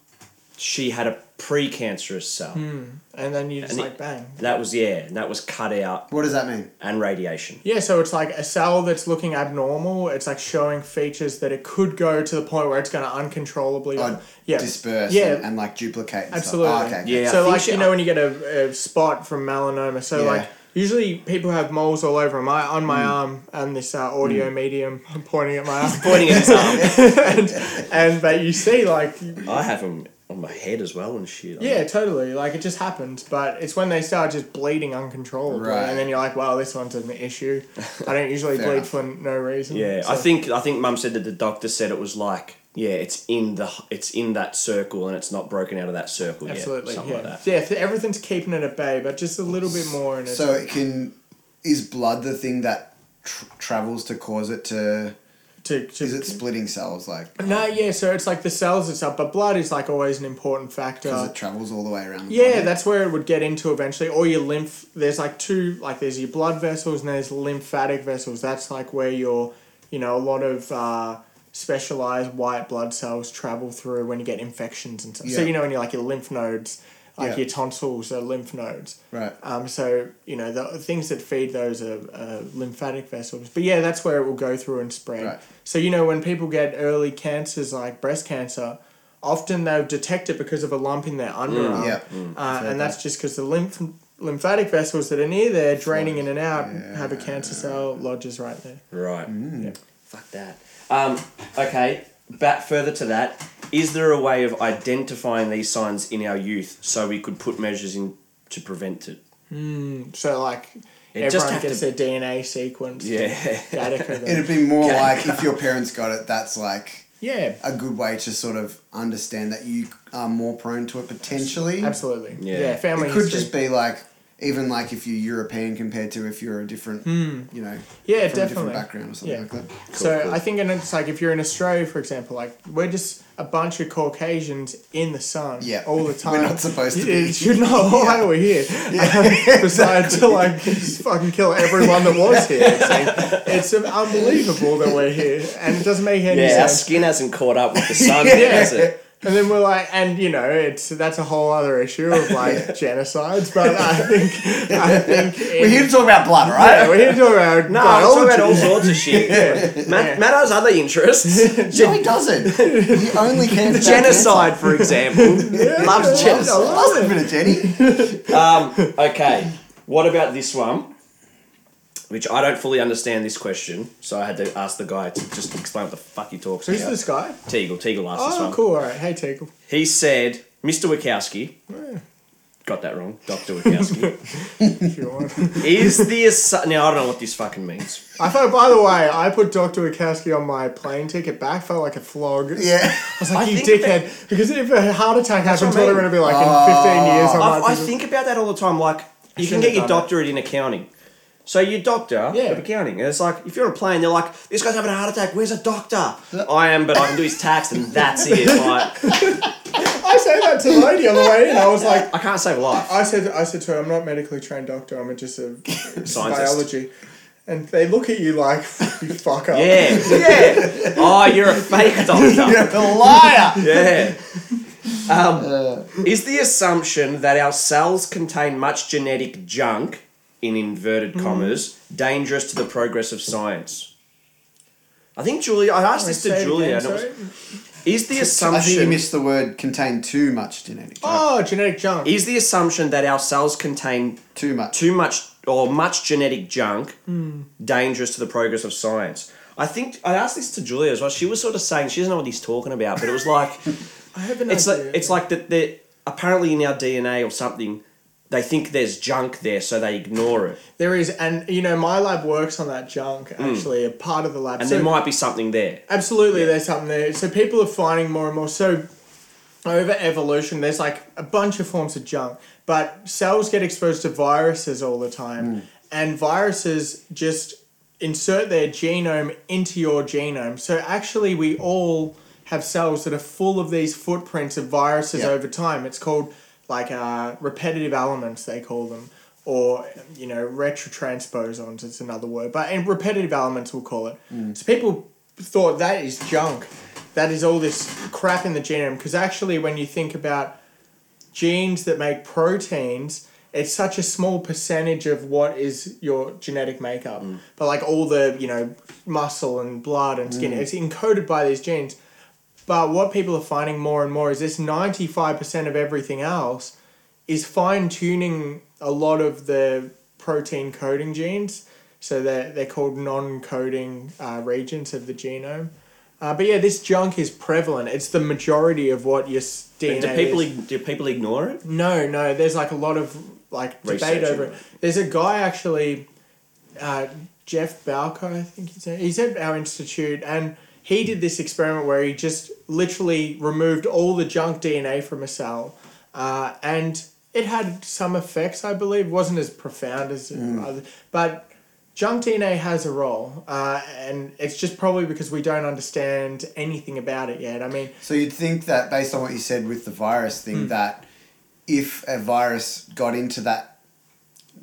A: she had a precancerous cell.
C: Hmm. and then you just
A: And it-
C: like bang.
A: That was yeah, and that was cut out
B: what does that mean?
A: and radiation.
C: Yeah, so it's like a cell that's looking abnormal. It's like showing features that it could go to the point where it's going to uncontrollably.
B: Like
C: yeah.
B: Oh, disperse
C: Yeah.
B: and, and like duplicate. And
C: Absolutely.
B: Stuff. Oh, okay.
A: Yeah. I
C: So
A: think
C: like
A: she-
C: you know when you get a, a spot from melanoma, so
B: Yeah. Hmm.
C: like usually people have moles all over my on my arm and this uh, audio medium. (laughs) I'm pointing at my arm, (laughs)
A: Pointing at his arm.
C: and but you see like
A: I have them. on my head as well and shit.
C: Yeah, totally. Like it just happened, but it's when they start just bleeding uncontrollably,
B: Right.
C: and then you're like, "Wow, this one's an issue." I don't usually
B: Fair
C: bleed
B: enough.
C: for no reason.
A: Yeah,
C: so-
A: I think I think Mum said that the doctor said it was like yeah, it's in the it's in that circle and it's not broken out of that circle yet,
C: absolutely.
A: something
C: yeah,
A: like that.
C: yeah. th- Everything's keeping it at bay, but just a little bit more, and it's
B: So it can. Is blood the thing that tr- travels to cause it to?
C: to, to
B: Is it splitting cells like?
C: No, yeah, so it's like the cells and stuff, but blood is like always an important
B: Because
C: factor.
B: it travels all the way around. the
C: Yeah,
B: body?
C: that's where it would get into eventually. Or your lymph, there's like two, like there's your blood vessels and there's lymphatic vessels. That's like where your, you know, a lot of uh, specialized white blood cells travel through when you get infections and stuff. So,
B: Yeah.
C: you know, when you're like your lymph nodes, like
B: Yeah.
C: your tonsils are lymph nodes.
B: right.
C: Um, so you know the things that feed those are uh, lymphatic vessels, but yeah, that's where it will go through and spread.
B: Right.
C: So you know when people get early cancers like breast cancer, often they'll detect it because of a lump in their underarm,
B: Mm, yeah.
A: Mm,
C: uh,
B: heard
C: and that's just because the lymph lymphatic vessels that are near there draining in and out
B: Yeah.
C: have a cancer cell lodges right there.
A: Right.
C: Mm.
A: Fuck that. Um, okay, back further to that. Is there a way of identifying these signs in our youth so we could put measures in to prevent it?
C: Mm, So like
A: It just
C: everyone
A: have
C: gets
A: to-
C: their DNA sequence.
A: Yeah.
C: Gattaca them.
B: It'd be more like if your parents got it. That's like
C: yeah,
B: a good way to sort of understand that you are more prone to it potentially.
C: absolutely.
A: Yeah.
C: Yeah, family
B: It could
C: history.
B: just be like even like if you're European compared to if you're a different, you know,
C: Hmm. Yeah,
B: from a different
C: definitely.
B: background or something
C: Yeah.
B: like that.
C: so
A: cool.
C: I think, and it's like if you're in Australia, for example, like we're just a bunch of Caucasians in the sun,
B: Yeah.
C: all the time.
B: We're not supposed to be.
C: (laughs) You're not why we're here. Um, Besides to like just fucking kill everyone that was here. It's, like- it's unbelievable that we're here, and it doesn't make any
A: Yeah, our
C: sense.
A: skin hasn't caught up
C: (laughs)
A: with the sun yet, has it?
C: And then we're like, and you know, it's that's a whole other issue of like genocides. But I think, I think,
B: We're here to talk about blood,
C: (laughs)
B: right?
C: yeah, we're here to talk about
A: No, I'm talking about
C: biology.
A: all sorts of
C: (laughs)
A: shit. Matt, Matt has other interests.
B: No, he doesn't.
C: (laughs)
B: He only cares about Oh,
A: genocide, for example. Loves
B: cancer. Loves,
A: genocide.
B: loves a bit of Jenny.
A: Um, okay, what about this one? Which I don't fully understand this question, so I had to ask the guy to just explain what the fuck he talks
C: (laughs) Who's
A: about.
C: this guy?
A: Teagle. Teagle asked this
C: Oh,
A: one.
C: cool. All right. Hey, Teagle.
A: He said, Mr. Wachowski, got that wrong, Dr.
C: (laughs)
A: Wachowski,
C: If you want.
A: is the assu- Now, I don't know what this fucking means.
C: I thought, by the way, I put Dr. Wachowski on my plane ticket back. Felt like a flog.
B: Yeah. (laughs)
C: I was like,
A: I
C: you
A: think
C: dickhead. Because if a heart attack happens,
A: what I
C: what
A: mean. Ah.
C: are going to be like in 15 years? I'm
A: I,
C: like,
A: I
C: this is-
A: think about that all the time. Like, you can
C: shouldn't
A: get your
C: have done
A: doctorate in accounting. So your doctor
C: Yeah.
A: of accounting, and it's like if you're on a plane, they're like, "This guy's having a heart attack. Where's a doctor?" I am, but I can do his tax, and that's
C: (laughs)
A: it. Like,
C: I said that to the lady on the way in.
A: (laughs)
C: I was like,
A: I can't save a life.
C: I said, I said to her, I'm not a medically trained doctor. I'm just a
A: (laughs) Scientist.
C: biology. And they look at you like,
A: (laughs)
C: you fuck up. (laughs)
A: Yeah, yeah. Oh, you're a fake doctor.
B: You're a liar.
A: Yeah. Um, is the assumption that our cells contain much genetic junk, in inverted commas, dangerous to the progress of science? I think Julia, I asked
C: I
A: this
C: say
A: to
C: it
A: Julia.
C: again,
A: and it was-
C: sorry.
A: is the
B: I think you
A: assumption
B: missed the word contain too much genetic. right?
C: Oh, genetic junk.
A: is the assumption that our cells contain
B: Too much.
A: too much or much genetic junk dangerous to the progress of science? I think I asked this to Julia as well. She was sort of saying she doesn't know what he's talking about, but it was like
C: I have an
A: it's like
C: idea.
A: it's like that. They apparently in our DNA or something. They think there's junk there, so they ignore it,
C: there is, and you know, my lab works on that junk, actually, a part of the lab.
A: Hmm. and
C: So-
A: there might be something there.
C: Absolutely, there's something there. So people are finding more and more. So over evolution, there's like a bunch of forms of junk, but cells get exposed to viruses all the time, and viruses just insert their genome into your genome. So actually, we all have cells that are full of these footprints of viruses
B: Yeah.
C: over time. It's called like uh, repetitive elements, they call them. Or you know retrotransposons, it's another word, but and repetitive elements we'll call it. So people thought that is junk. That is all this crap in the genome. Because actually, when you think about genes that make proteins, it's such a small percentage of what is your genetic makeup.
A: Mm.
C: But like all the, you know, muscle and blood and
A: Mm.
C: skin, it's encoded by these genes. But what people are finding more and more is this 95% of everything else is fine tuning a lot of the protein coding genes. So they're, they're called non coding uh, regions of the genome. Uh, but yeah, this junk is prevalent. It's the majority of what your s- DNA
A: And do people
C: is.
A: ig- do people ignore it?
C: No, no. There's like a lot of like debate
A: Research
C: over it.
A: into
C: There's a guy actually, uh, Jeff Balco, I think he's at, he's at our institute, and he did this experiment where he just literally removed all the junk DNA from a cell, uh, and it had some effects. I believe wasn't as profound as
B: Hmm.
C: other, but. Junk DNA has a role, uh, and it's just probably because we don't understand anything about it yet. I mean,
B: So you'd think that based on what you said with the virus
C: Hmm.
B: thing, that if a virus got into that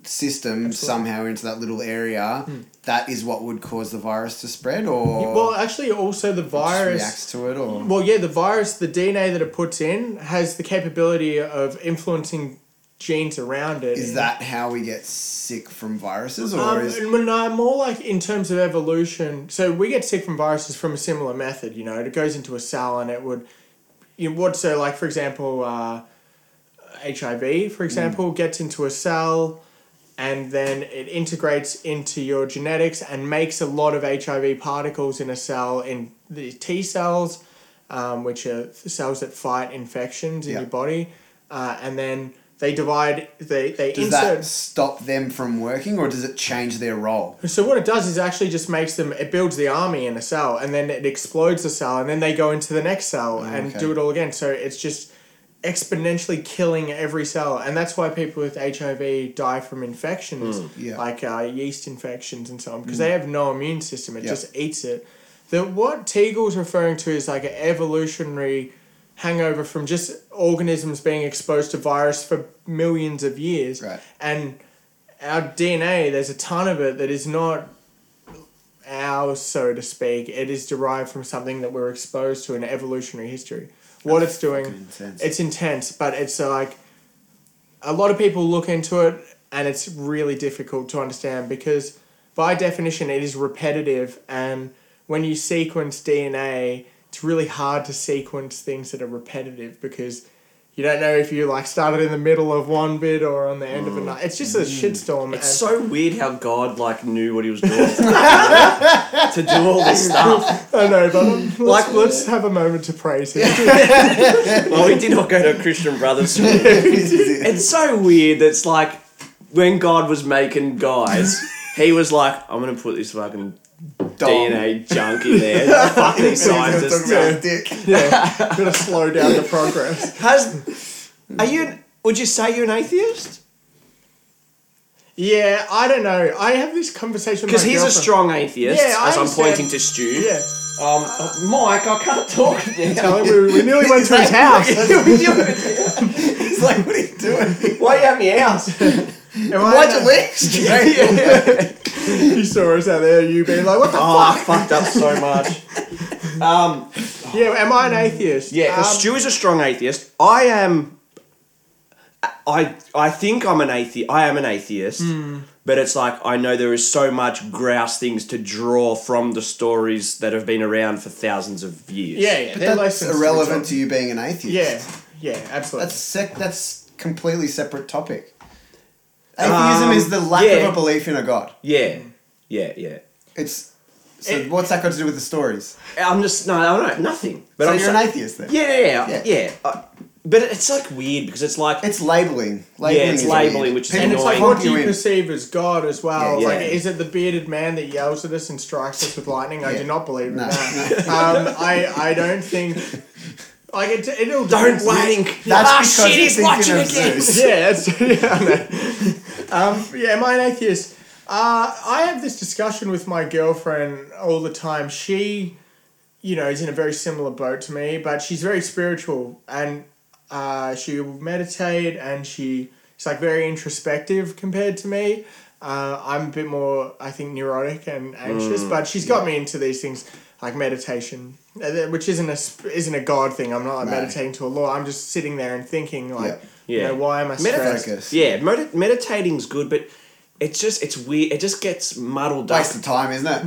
B: system somehow into that little area, that is what would cause the virus to spread, or
C: Hmm. well, actually, also the
B: Oh. just
C: virus
B: reacts to it, or
C: Well, yeah, the virus, the DNA that it puts in, has the capability of influencing genes around it.
B: is that how we get sick from viruses, or
C: Um,
B: is
C: and when I'm more like in terms of evolution, so we get sick from viruses from a similar method. You know, it goes into a cell and it would, you know, what so like for example, uh, HIV for
B: Mm.
C: example gets into a cell, and then it integrates into your genetics and makes a lot of HIV particles in a cell in the T cells, um, which are cells that fight infections in
B: Yeah.
C: your body, uh, and then. They divide. They they
B: does
C: insert.
B: that stop them from working, or does it change their role?
C: So what it does is actually just makes them. It builds the army in a cell, and then it explodes the cell, and then they go into the next cell and
B: Oh, okay.
C: do it all again. So it's just exponentially killing every cell, and that's why people with HIV die from infections,
B: Mm, yeah. Mm.
C: like uh, yeast infections and so on, because they have no immune system. It
B: Yeah.
C: just eats it. That what Teagle's referring to is like an evolutionary hangover from just organisms being exposed to virus for millions of years,
B: Right.
C: and our DNA, there's a ton of it that is not ours, so to speak. It is derived from something that we're exposed to in evolutionary history. What it's doing,
B: fucking intense.
C: it's intense, but it's uh, like a lot of people look into it and it's really difficult to understand because, by definition, it is repetitive. And when you sequence DNA, it's really hard to sequence things that are repetitive because. You don't know if you like started in the middle of one bit or on the end
B: Mm.
C: of another. It's just a shitstorm.
A: It's
C: and-
A: so weird how God like knew what he was
C: (laughs)
A: doing to do all this stuff.
C: I know, but like, let's have a moment to praise him.
A: Well, we did not go to a Christian brother's school. It's so weird that's like when God was making guys, he was like, I'm gonna put this fucking
B: Dom.
A: DNA junk in there. Fuck
C: (laughs)
A: these
B: Talking
A: scientists.
B: about
C: (laughs)
B: dick.
C: yeah, gonna slow down the progress.
A: Has are you would you say you're an atheist?
C: Yeah, I don't know. I have this conversation
A: Because
C: with my
A: he's a
C: girlfriend.
A: strong atheist,
C: Yeah, I
A: as I'm
C: understand.
A: pointing to Stu.
C: Yeah,
A: Um, Mike, I can't talk (laughs) now.
C: Tell him we, we nearly went to his
A: (laughs)
C: house.
B: He's like, what are you doing?
A: Why you at me (laughs) house?
C: And I-
B: Why'd you leave?
A: (laughs)
C: (laughs) You saw us out there. You being like, what the?
A: Oh, I fucked up so much. Um,
C: F-? Yeah, am I an atheist?
A: yeah, 'cause
C: Um,
A: Stu is a strong atheist. I am. I I think I'm an atheist. I am an atheist, but it's like I know there is so much grouse things to draw from the stories that have been around for thousands of years.
C: yeah, yeah. they're
B: That's
C: licensed to
B: irrelevant
C: talk.
B: to you being an atheist.
C: Yeah, yeah, absolutely.
B: That's sec- that's completely separate topic. Atheism is the lack
A: Um, yeah.
B: of a belief in a god.
A: yeah, yeah, yeah.
B: It's so
A: It-
B: what's that got to do with the stories?
A: I'm just no, I don't know nothing. But
B: But so
A: I'm
B: you're
A: so-
B: an atheist then.
A: Yeah, yeah, yeah.
B: Yeah.
A: yeah. I- but it's like weird because it's like
B: It's labeling. labeling
A: it's
B: is
A: labeling,
B: weird.
A: which is
B: People
C: and it's like,
A: annoying.
C: what
B: lump
C: do
B: you
C: you
B: in.
C: perceive as God as well?
B: Yeah,
C: Like,
A: yeah.
C: is it the bearded man that yells at us and strikes us with lightning? I
B: Yeah.
C: do not believe in
B: No.
C: that. um, I, I don't think. Like, it, it'll.
A: don't
C: depends-
A: wink.
B: That's
A: ah,
B: because
A: shit,
B: you're
A: he's
B: thinking
A: watching
B: of
A: again. (laughs)
B: Zeus.
C: Yeah, that's, yeah, I know. Um, yeah, am I an atheist? Uh, I have this discussion with my girlfriend all the time. She, you know, is in a very similar boat to me, but she's very spiritual and uh, she will meditate and she she's like very introspective compared to me. Uh, I'm a bit more, I think, neurotic and anxious,
A: Mm.
C: but she's got me into these things like meditation, uh, th- which isn't a sp- isn't a God thing. I'm not like
B: No.
C: meditating to a law. I'm just sitting there and thinking like,
A: Yeah.
C: you know,
A: Yeah.
C: why am I stressed?
B: Focus.
A: Yeah, med- meditating's good, but it's just it's weird. It just gets muddled up.
B: (laughs) Waste of time, isn't
A: (laughs)
B: it?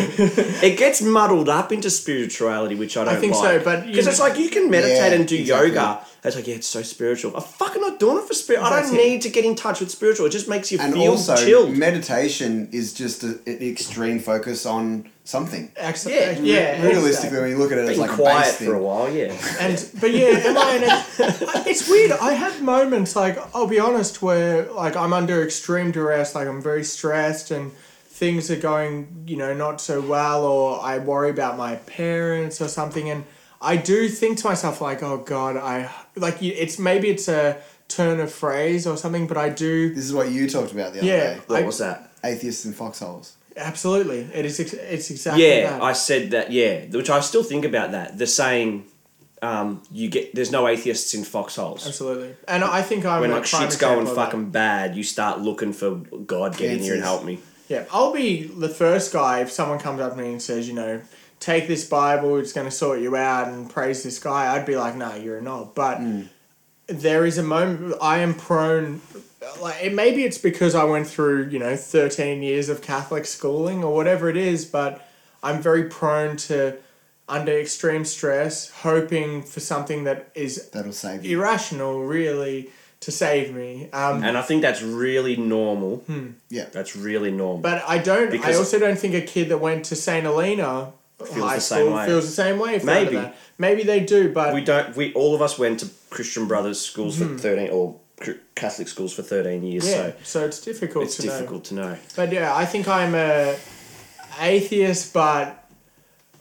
A: It gets muddled up into spirituality, which I don't.
C: think so, but you-
A: because it's like you can meditate
B: Yeah,
A: and do
B: exactly.
A: yoga. It's like yeah, it's so spiritual. I'm fucking not doing it for spirit. I
C: That's
A: don't
C: it.
A: need to get in touch with spiritual. It just makes you
B: And
A: feel
B: also,
A: chilled.
B: meditation is just a, an extreme focus on something.
C: Ex-
A: Yeah,
C: yeah,
B: Realistically, when you look at it, it's
A: Been
B: like a
A: quiet
B: base thing.
A: for a while, yeah.
C: And but yeah, am I? an- it's weird. I have moments like I'll be honest, where like I'm under extreme duress, like I'm very stressed, and things are going, you know, not so well, or I worry about my parents or something, and I do think to myself like, oh God, I like you- it's maybe it's a turn of phrase or something, but I do.
B: This is what you talked about the other
C: Yeah,
B: day.
A: What
C: I-
A: was that?
B: Atheists and foxholes.
C: absolutely. It is. ex- It's exactly
A: Yeah,
C: that.
A: I said that. Yeah, which I still think about that. The saying, um, you get there's no atheists in foxholes.
C: absolutely. And I think I'm
A: When
C: a
A: like
C: prime
A: shit's going
C: example of that.
A: fucking bad, you start looking for God get in here and
B: Answers.
A: help me.
C: Yeah, I'll be the first guy if someone comes up to me and says, you know, take this Bible, it's going to sort you out and praise this guy. I'd be like, no, you're a knob. But there is a moment I am prone, like, it, maybe it's because I went through, you know, 13 years of Catholic schooling or whatever it is, but I'm very prone to, under extreme stress, hoping for something that is
B: That'll save you.
C: irrational, really, to save me. Um,
A: And I think that's really normal.
C: Hmm.
B: Yeah.
A: That's really normal.
C: But I don't.
A: Because-
C: I also don't think a kid that went to Saint Helena high
A: the same
C: school
A: way.
C: feels the same way. If they
A: Maybe.
C: do that. maybe they do, but Hmm.
A: we don't. We all of us went to Christian Brothers schools for thirteen or Cr- Catholic schools for thirteen years.
C: yeah. So,
A: So
C: it's difficult.
A: it's
C: to Know.
A: difficult to know.
C: But yeah, I think I'm a atheist, but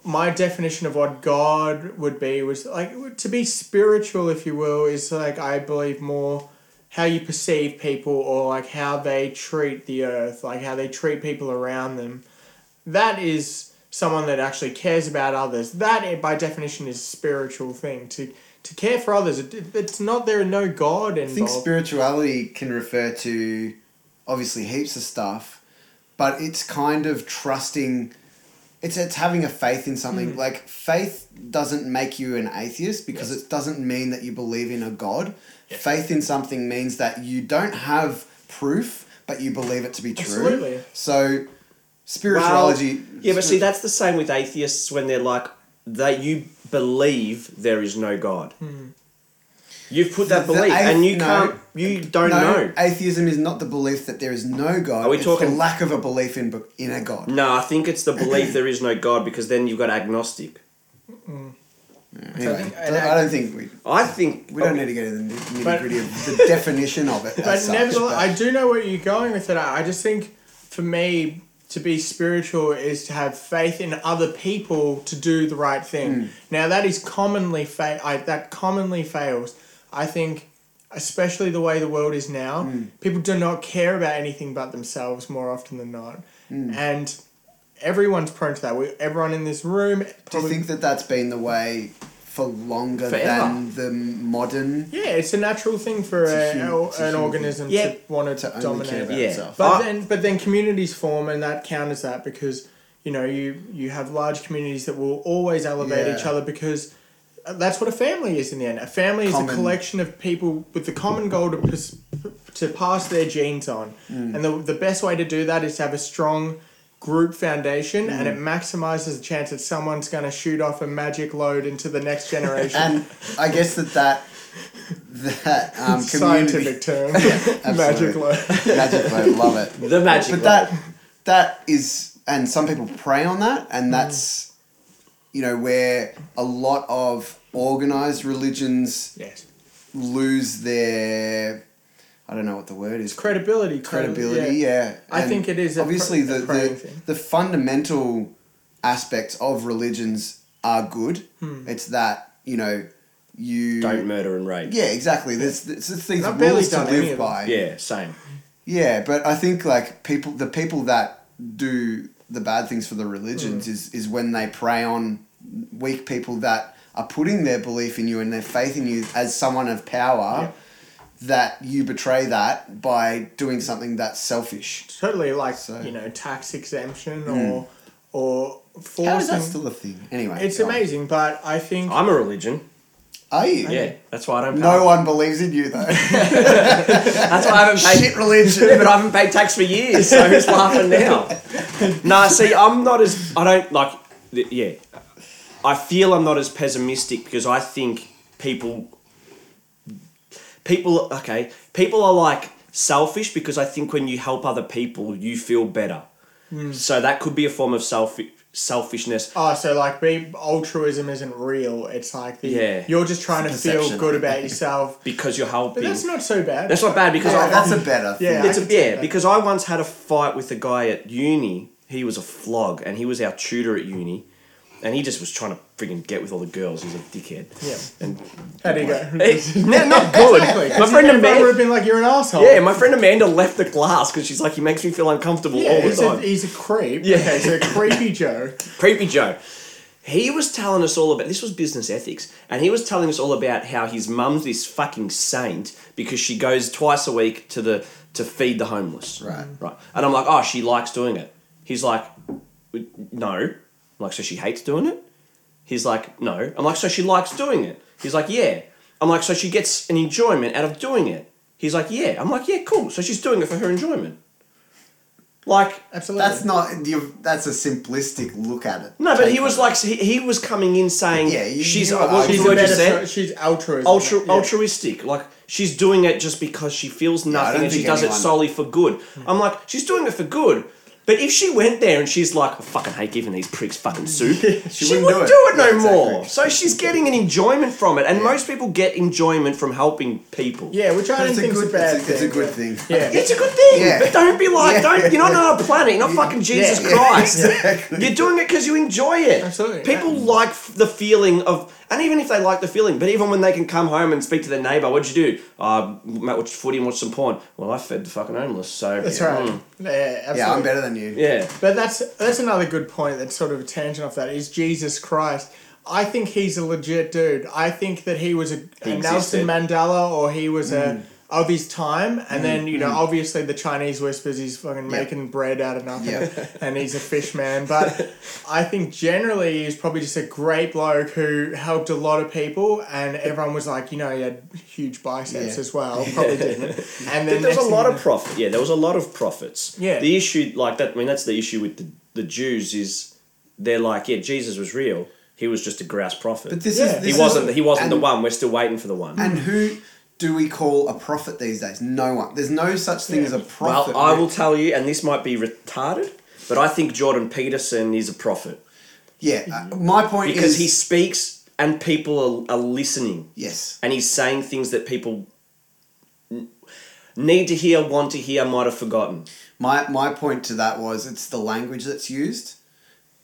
C: my definition of what God would be was like to be spiritual, if you will, is like I believe more how you perceive people or like how they treat the earth, like how they treat people around them. That is someone that actually cares about others. That eh, by definition is a spiritual thing to to care for others. It, it's not there are no God
B: I think
C: involved.
B: spirituality can refer to obviously heaps of stuff, but it's kind of trusting. It's it's having a faith in something.
A: Hmm.
B: Like faith doesn't make you an atheist because it doesn't mean that you believe in a god. Faith in something means that you don't have proof, but you believe it to be true.
C: Absolutely.
B: So spirituality.
A: Yeah, but see, that's the same with atheists when they're like that. You believe there is no God. You've put that
B: The- the
A: belief,
B: ath-
A: and you
B: no.
A: can't. You don't know.
B: atheism is not the belief that there is no god.
A: Are we
B: it's the
A: talking- Hmm.
B: lack of a belief in be- in a god?
A: No, I think it's the belief there is no God because then you've got agnostic.
B: Anyway,
C: think-
B: I don't think we.
A: I think
B: We don't need to get into the nitty
C: But-
B: gritty of the definition of
C: (laughs)
B: it.
C: but
B: as such,
C: nevertheless,
B: but
C: I do know where you're going with it. I I just think for me, to be spiritual is to have faith in other people to do the right thing.
B: Hmm.
C: Now that is commonly fa- I, that commonly fails. I think, especially the way the world is now,
B: Hmm.
C: people do not care about anything but themselves more often than not,
B: Hmm.
C: and everyone's prone to that. We, everyone in this room,
B: do you
C: probably,
B: think that that's been the way for longer
A: Forever.
B: than the modern
C: yeah, it's a natural thing for
B: a
C: a,
B: human- it's a
C: an
B: human
C: organism
A: thing. Yeah.
C: to want
B: to
C: to
B: only care
C: dominate.
B: about
A: Yeah.
B: itself?
C: But
A: I-
C: then, but then communities form, and that counters that because you know you you have large communities that will always elevate
B: Yeah.
C: each other because that's what a family is in the end. A family is
B: Common.
C: a collection of people with the common goal to pers- to pass their genes on,
B: Mm.
C: and the the best way to do that is to have a strong group foundation
B: Mm.
C: and it maximizes the chance that someone's going to shoot off a magic load into the next generation
B: (laughs) And I guess that that
C: (laughs)
B: that um, community (laughs)
C: scientific term magic
B: absolutely.
C: load
B: magic load, love it.
A: the magic.
B: but that that is and some people prey on that
C: Mm.
B: and that's you know where a lot of organized religions
C: yes
B: lose their I don't know what the word is
C: credibility
B: credibility. Yeah,
C: I
B: And
C: think it is a
B: obviously
C: pr- a
B: the
C: praying
B: the,
C: thing.
B: the fundamental aspects of religions are good.
C: Hmm.
B: It's that you know you
A: don't murder and rape.
B: yeah exactly. There's, there's these things
C: And I've barely
B: rules to
C: done any
B: live
C: of them.
B: by.
A: yeah, same.
B: Yeah, but I think like people, the people that do the bad things for the religions
C: Hmm.
B: is is when they prey on weak people that are putting their belief in you and their faith in you as someone of power. That you betray that by doing something that's selfish.
C: totally like
B: So-
C: you know tax exemption
A: Hmm.
C: or or
B: How is
C: forcing.
B: that still a thing? Anyway,
C: it's
B: go on.
C: amazing, but I think
A: I'm a religion.
B: Are you?
A: Yeah, that's why I don't.
B: No
A: pay.
B: one believes in
A: (laughs)
B: you though.
A: That's why I haven't paid.
B: Shit religion.
A: Yeah, (laughs) but I haven't paid tax for years, so who's (laughs) laughing now? nah, see, I'm not as I don't like. th- Yeah, I feel I'm not as pessimistic because I think people, people, okay, people are like selfish Hmm. because I think when you help other people, you feel better. So that could be a form of self selfishness.
C: Oh, so like, be altruism isn't real. It's like the
A: Yeah.
C: you're just trying to
A: It's a
C: feel
A: perception.
C: good about yourself.
A: Because you're helping.
C: But that's not so bad.
A: That's not bad because
B: Yeah,
A: I,
B: (laughs) that's a better thing.
C: Yeah, I
A: it's a,
C: can see
A: yeah
C: that.
A: because I once had a fight with a guy at uni. He was a flog, and he was our tutor at uni, and he just was trying to frigging get with all the girls. He was a dickhead.
C: Yeah.
A: And
C: How do you go?
A: Eh, (laughs) no,
C: (laughs)
A: not good.
C: Exactly.
A: My friend
C: Amanda would
A: Amanda.
C: have been like, you're an asshole.
A: Yeah, my friend Amanda left the class because she's like, he makes me feel uncomfortable
C: Yeah,
A: all the
C: he's, a,
A: time.
C: he's a creep.
A: Yeah.
C: Okay, so
A: (laughs)
C: creepy Joe.
A: Creepy Joe. He was telling us all about this was business ethics, and he was telling us all about how his mum's this fucking saint because she goes twice a week to the to feed the homeless.
B: Right.
A: Right. And I'm like, oh, she likes doing it. He's like, "W- no. I'm like, so she hates doing it? He's like, no. I'm like, so she likes doing it. He's like, yeah. I'm like, so she gets an enjoyment out of doing it. He's like, yeah. I'm like, yeah, cool. So she's doing it for her enjoyment. Like,
C: Absolutely.
B: That's not. you that's a simplistic look at it.
A: no, but
B: Take
A: he was
B: on it.
A: like he, he was coming in saying
B: Yeah, you-
A: she's
B: you
A: uh,
B: are
A: what
C: she's
A: you
B: arguing.
C: a
A: word you
C: better.
A: said
C: she's altruism.
A: Altru-
C: Yeah.
A: altruistic like she's doing it just because she feels nothing
B: don't
A: and she
B: think
A: does it
B: anyone- Hmm.
A: solely for good. I'm like she's doing it for good. But if she went there and she's like, I fucking hate giving these pricks fucking
B: (laughs)
A: soup, she,
B: wouldn't
A: wouldn't
B: do
A: do
B: it.
A: it, no
B: Yeah, exactly.
A: more. So she's getting an enjoyment from it, and most people get enjoyment from helping people.
C: Yeah, which I don't
B: It's a
C: think is a
B: good.
C: bad
B: It's a,
C: thing.
B: it's a good thing.
C: Yeah.
A: It's a good thing,
B: Yeah.
A: but don't be like,
B: Yeah.
A: don't. You're not on another planet. You're not fucking Jesus
B: yeah,
A: Christ.
B: exactly.
A: You're doing it because you enjoy it.
C: Absolutely,
A: People
C: yeah.
A: like f- the feeling of, and even if they like the feeling, but even when they can come home and speak to their neighbour, what'd you do? Uh, mate, watched footy and watched some porn. Well, I fed the fucking homeless, so
C: That's
A: yeah,
C: right.
A: mm,
C: Yeah, absolutely.
B: (laughs) Yeah, I'm better than you.
A: yeah,
C: But that's that's another good point. That's sort of a tangent off that is Jesus Christ. I think he's a legit dude. I think that he was a, a Nelson
A: existed. Mm.
C: Mandela or he was a of his time. And then you know, obviously the Chinese whispers he's fucking
B: Yep.
C: making bread out of nothing,
B: Yep.
C: (laughs) and he's a fish
A: (laughs)
C: man. But I think generally he's probably just a great bloke who helped a lot of people, and everyone was like, you know, he had huge biceps
B: Yeah.
A: (laughs)
C: as well. Probably didn't.
A: But
C: And then
A: there was
C: next
A: a
C: thing
A: lot
C: you
A: of profit. Yeah, there was a lot of profits.
C: Yeah.
A: The issue, like that, I mean, that's the issue with the, the Jews is they're like, yeah, Jesus was real. He was just a grouse prophet.
B: But this
C: Yeah.
B: is
C: He
B: this
A: he
B: is-
A: wasn't. He wasn't the
B: and-
A: one. We're still waiting for the one.
B: And who do we call a prophet these days? No one. There's no such thing
C: Yeah.
B: as a
A: well,
B: prophet.
A: I will tell you, and this might be retarded, but I think Jordan Peterson is a prophet
B: Yeah, uh, my point
A: because
B: is
A: he speaks and people are, are listening,
B: yes.
A: and he's saying things that people n- need to hear, want to hear, might have forgotten.
B: My my point to that was it's the language that's used,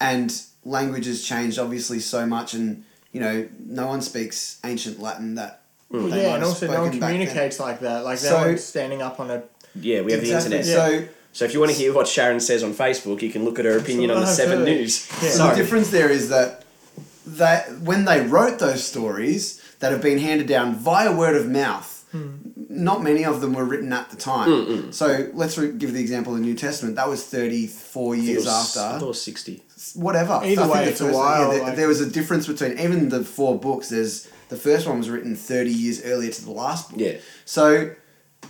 B: and language has changed obviously so much, and you know no one speaks ancient Latin that. they might
C: Mm. yeah,
B: have
C: and also no one
B: spoken back then.
C: communicates like that. Like
B: So-
C: no one's standing up on a
A: Yeah, we have
B: Exactly.
A: the internet.
B: So
A: So if you want to hear what Sharon says on Facebook, you can look at her opinion on the Seven
C: Absolutely.
A: News.
C: Yeah.
B: So the
A: Sorry.
B: difference there is that that when they wrote those stories that have been handed down via word of mouth,
C: Hmm.
B: not many of them were written at the time. So let's re- give the example of the New Testament. That was thirty four
A: It
B: years
A: was- I thought it
B: after.
A: was sixty.
B: Whatever.
C: Either
B: I think
C: way,
B: the
C: it's a
B: first-
C: while,
B: there,
C: like-
B: there was a difference between even the four books. There's the first one was written thirty years earlier to the last book.
A: Yeah.
B: So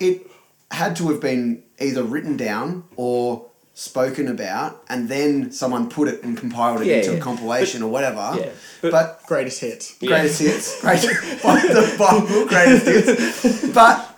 B: it had to have been either written down or spoken about, and then someone put it and compiled it
A: Yeah,
B: into
A: yeah.
B: a compilation or whatever.
A: Yeah.
B: But,
A: But-
C: greatest hits.
A: Yeah.
B: greatest hits, greatest (laughs) by the Bible, greatest hits. But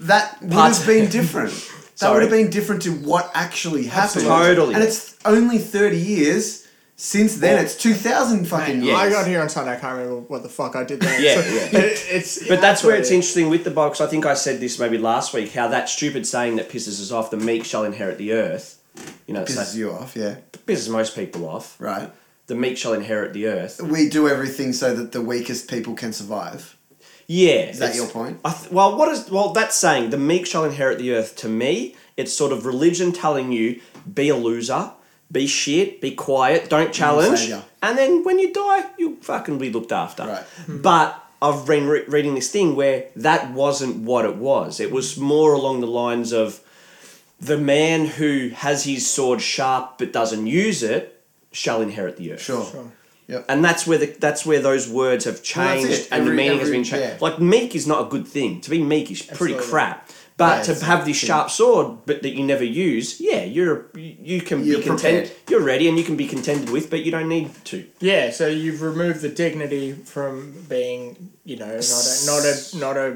B: that would
A: But-
B: have been different. That would
A: Sorry.
B: have been different to what actually happened.
A: Totally.
B: And it's only thirty years since then.
A: Well,
B: it's two thousand fucking
A: yeah.
C: I
B: years.
C: got here on Sunday. I can't remember what the fuck I did there.
A: Yeah,
C: So
A: yeah.
C: (laughs) it- it's
A: But that's where it's
C: absolutely-
A: interesting with the box. I think I said this maybe last week. How that stupid saying that pisses us off: "The meek shall inherit the earth." You know, it's
B: Pisses
A: that
B: you off, yeah.
A: pisses most people off.
B: Right.
A: The meek shall inherit the earth.
B: We do everything so that the weakest people can survive.
A: Yeah,
B: Is that
A: it's-
B: your point?
A: I th- well, what is well that saying? The meek shall inherit the earth. To me, it's sort of religion telling you be a loser, be shit, be quiet, don't challenge,
B: saviour.
A: and then when you die, you'll fucking be looked after.
B: Right.
A: But I've been re- reading this thing where that wasn't what it was. It was more along the lines of the man who has his sword sharp but doesn't use it shall inherit the earth
B: Sure.
C: Sure.
B: Yep.
A: and that's where the that's where those words have
B: that's
A: changed
B: it.
A: and the
B: Every-
A: meaning has
B: every-
A: been changed.
B: yeah.
A: Like meek is not a good thing. To be meek is pretty
C: Absolutely.
A: crap. But
B: Yeah,
A: to
B: it's-
A: have this sharp sword, but that you never use, yeah, you're you can
B: You're
A: be content.
B: prepared.
A: You're ready, and you can be contended with, but you don't need to.
C: Yeah, so you've removed the dignity from being, you know, not a not a not a.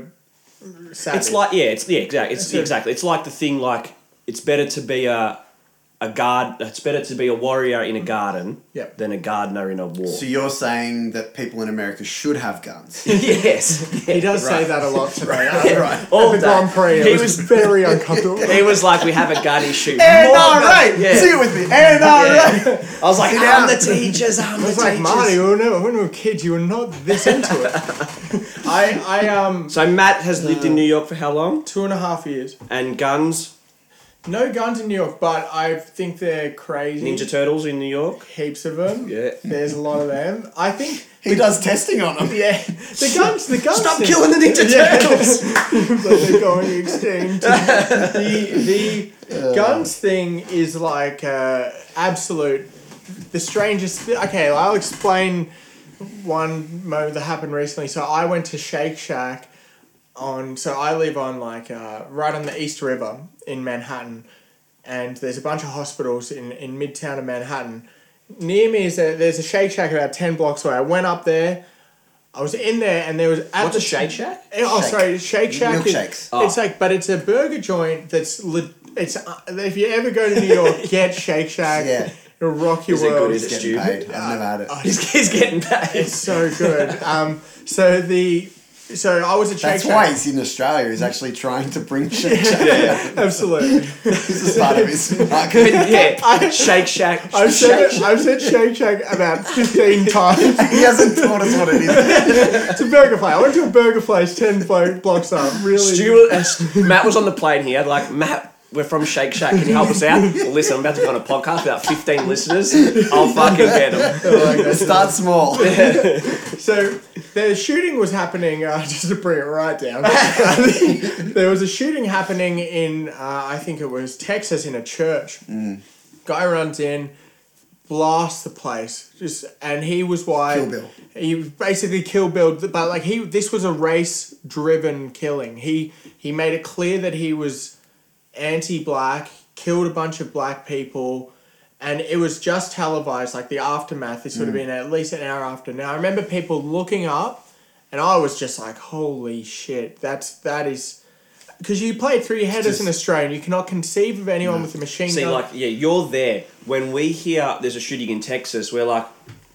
C: Savage.
A: It's like yeah, it's yeah, exactly. It's
C: That's it.
A: exactly. It's like the thing like it's better to be a a guard. It's better to be a warrior in a garden
C: Yep.
A: than a gardener in a war.
B: So you're saying that people in America should have guns?
A: (laughs) yes,
C: (laughs) He does
A: (laughs)
C: say
A: Right.
C: that a lot today.
A: (laughs)
B: Yeah, right.
A: All
C: At the
A: day.
C: Grand Prix, it
A: He
C: was,
A: was- (laughs)
C: very uncomfortable.
A: he was like, "We have a gun
C: (laughs)
A: issue."
B: And
A: More
B: all
A: than-
B: right,
A: yeah.
B: see you with me. And all
A: (laughs)
B: right.
A: Yeah. I was like,
B: Sit
A: "I'm
B: down."
A: the teachers. I'm the
C: It's like
A: teachers."
C: Marty, when we were- when we were kids, you were not this
A: (laughs)
C: into it. I, I um
A: So Matt has lived in New York for how long?
C: two and a half years.
A: And guns,
C: No guns in New York, but I think they're crazy.
A: Ninja Turtles in New York.
C: Heaps of them.
A: Yeah.
C: There's a lot of them. I think.
B: He does testing on them.
C: Yeah. The guns. The guns.
A: Stop
C: thing.
A: killing the Ninja
C: (laughs) Yeah.
A: Turtles.
C: But they're going extinct. (laughs) the the
A: Uh.
C: guns thing is like uh, absolute the strangest. Th- okay, well, I'll explain one moment that happened recently. So I went to Shake Shack on. So I live on like uh, right on the East River in Manhattan, and there's a bunch of hospitals in in Midtown of Manhattan. Near me is a, there's a Shake Shack about ten blocks away. I went up there. I was in there and there was
A: What's a
C: abs-
A: Shake Shack?
C: Oh,
B: Shake.
C: sorry, Shake Shack. is-
B: Milkshakes.
A: Oh.
C: It's like, but it's a burger joint that's. Le- it's uh, if you ever go to New
B: (laughs)
C: York, get Shake Shack.
B: Yeah.
C: It'll rock your
A: Is it good?
C: world.
A: Is it
B: Getting
A: Stupid.
B: paid. I've never had it.
A: (laughs) He's, he's getting
C: (laughs)
A: paid.
C: It's so good. um, so the so I was at Shake
B: That's
C: Shack.
B: why he's in Australia. He's actually trying
A: (laughs)
B: to bring shit. (laughs)
C: Absolutely.
B: This is part of his (laughs) marketing.
A: (laughs) yeah, Shake Shack.
C: I've said
A: Shake
C: it, I've said Shake Shack about fifteen times.
B: He hasn't told us what it is.
C: it's a burger place. I went to a burger place ten blo- blocks up. Really.
A: Stuart, uh, S- Matt was on the plane here, like, Matt, we're from Shake Shack. Can you help
C: (laughs)
A: us out? Listen, I'm about to go on a podcast without 15 listeners. I'll fucking get
C: (laughs)
A: them.
B: Start small.
A: (laughs)
C: So the shooting was happening. Uh, (laughs) just to bring it right down, (laughs) there was a shooting happening in uh, I think it was Texas in a church.
B: Mm.
C: Guy runs in, blasts the place. Just and he was why
B: Kill Bill.
C: He was basically kill Bill, but like he this was a race driven killing. He he made it clear that he was anti-black, killed a bunch of black people, and it was just televised. Like the aftermath, this would
A: Mm.
C: have been at least an hour after. Now I remember people looking up, and I was just like, "Holy shit! That's that is." Because you play it through your head as an Australian, you cannot conceive of anyone with a machine
A: See,
C: gun.
A: like, yeah, you're there. When we hear there's a shooting in Texas, we're like,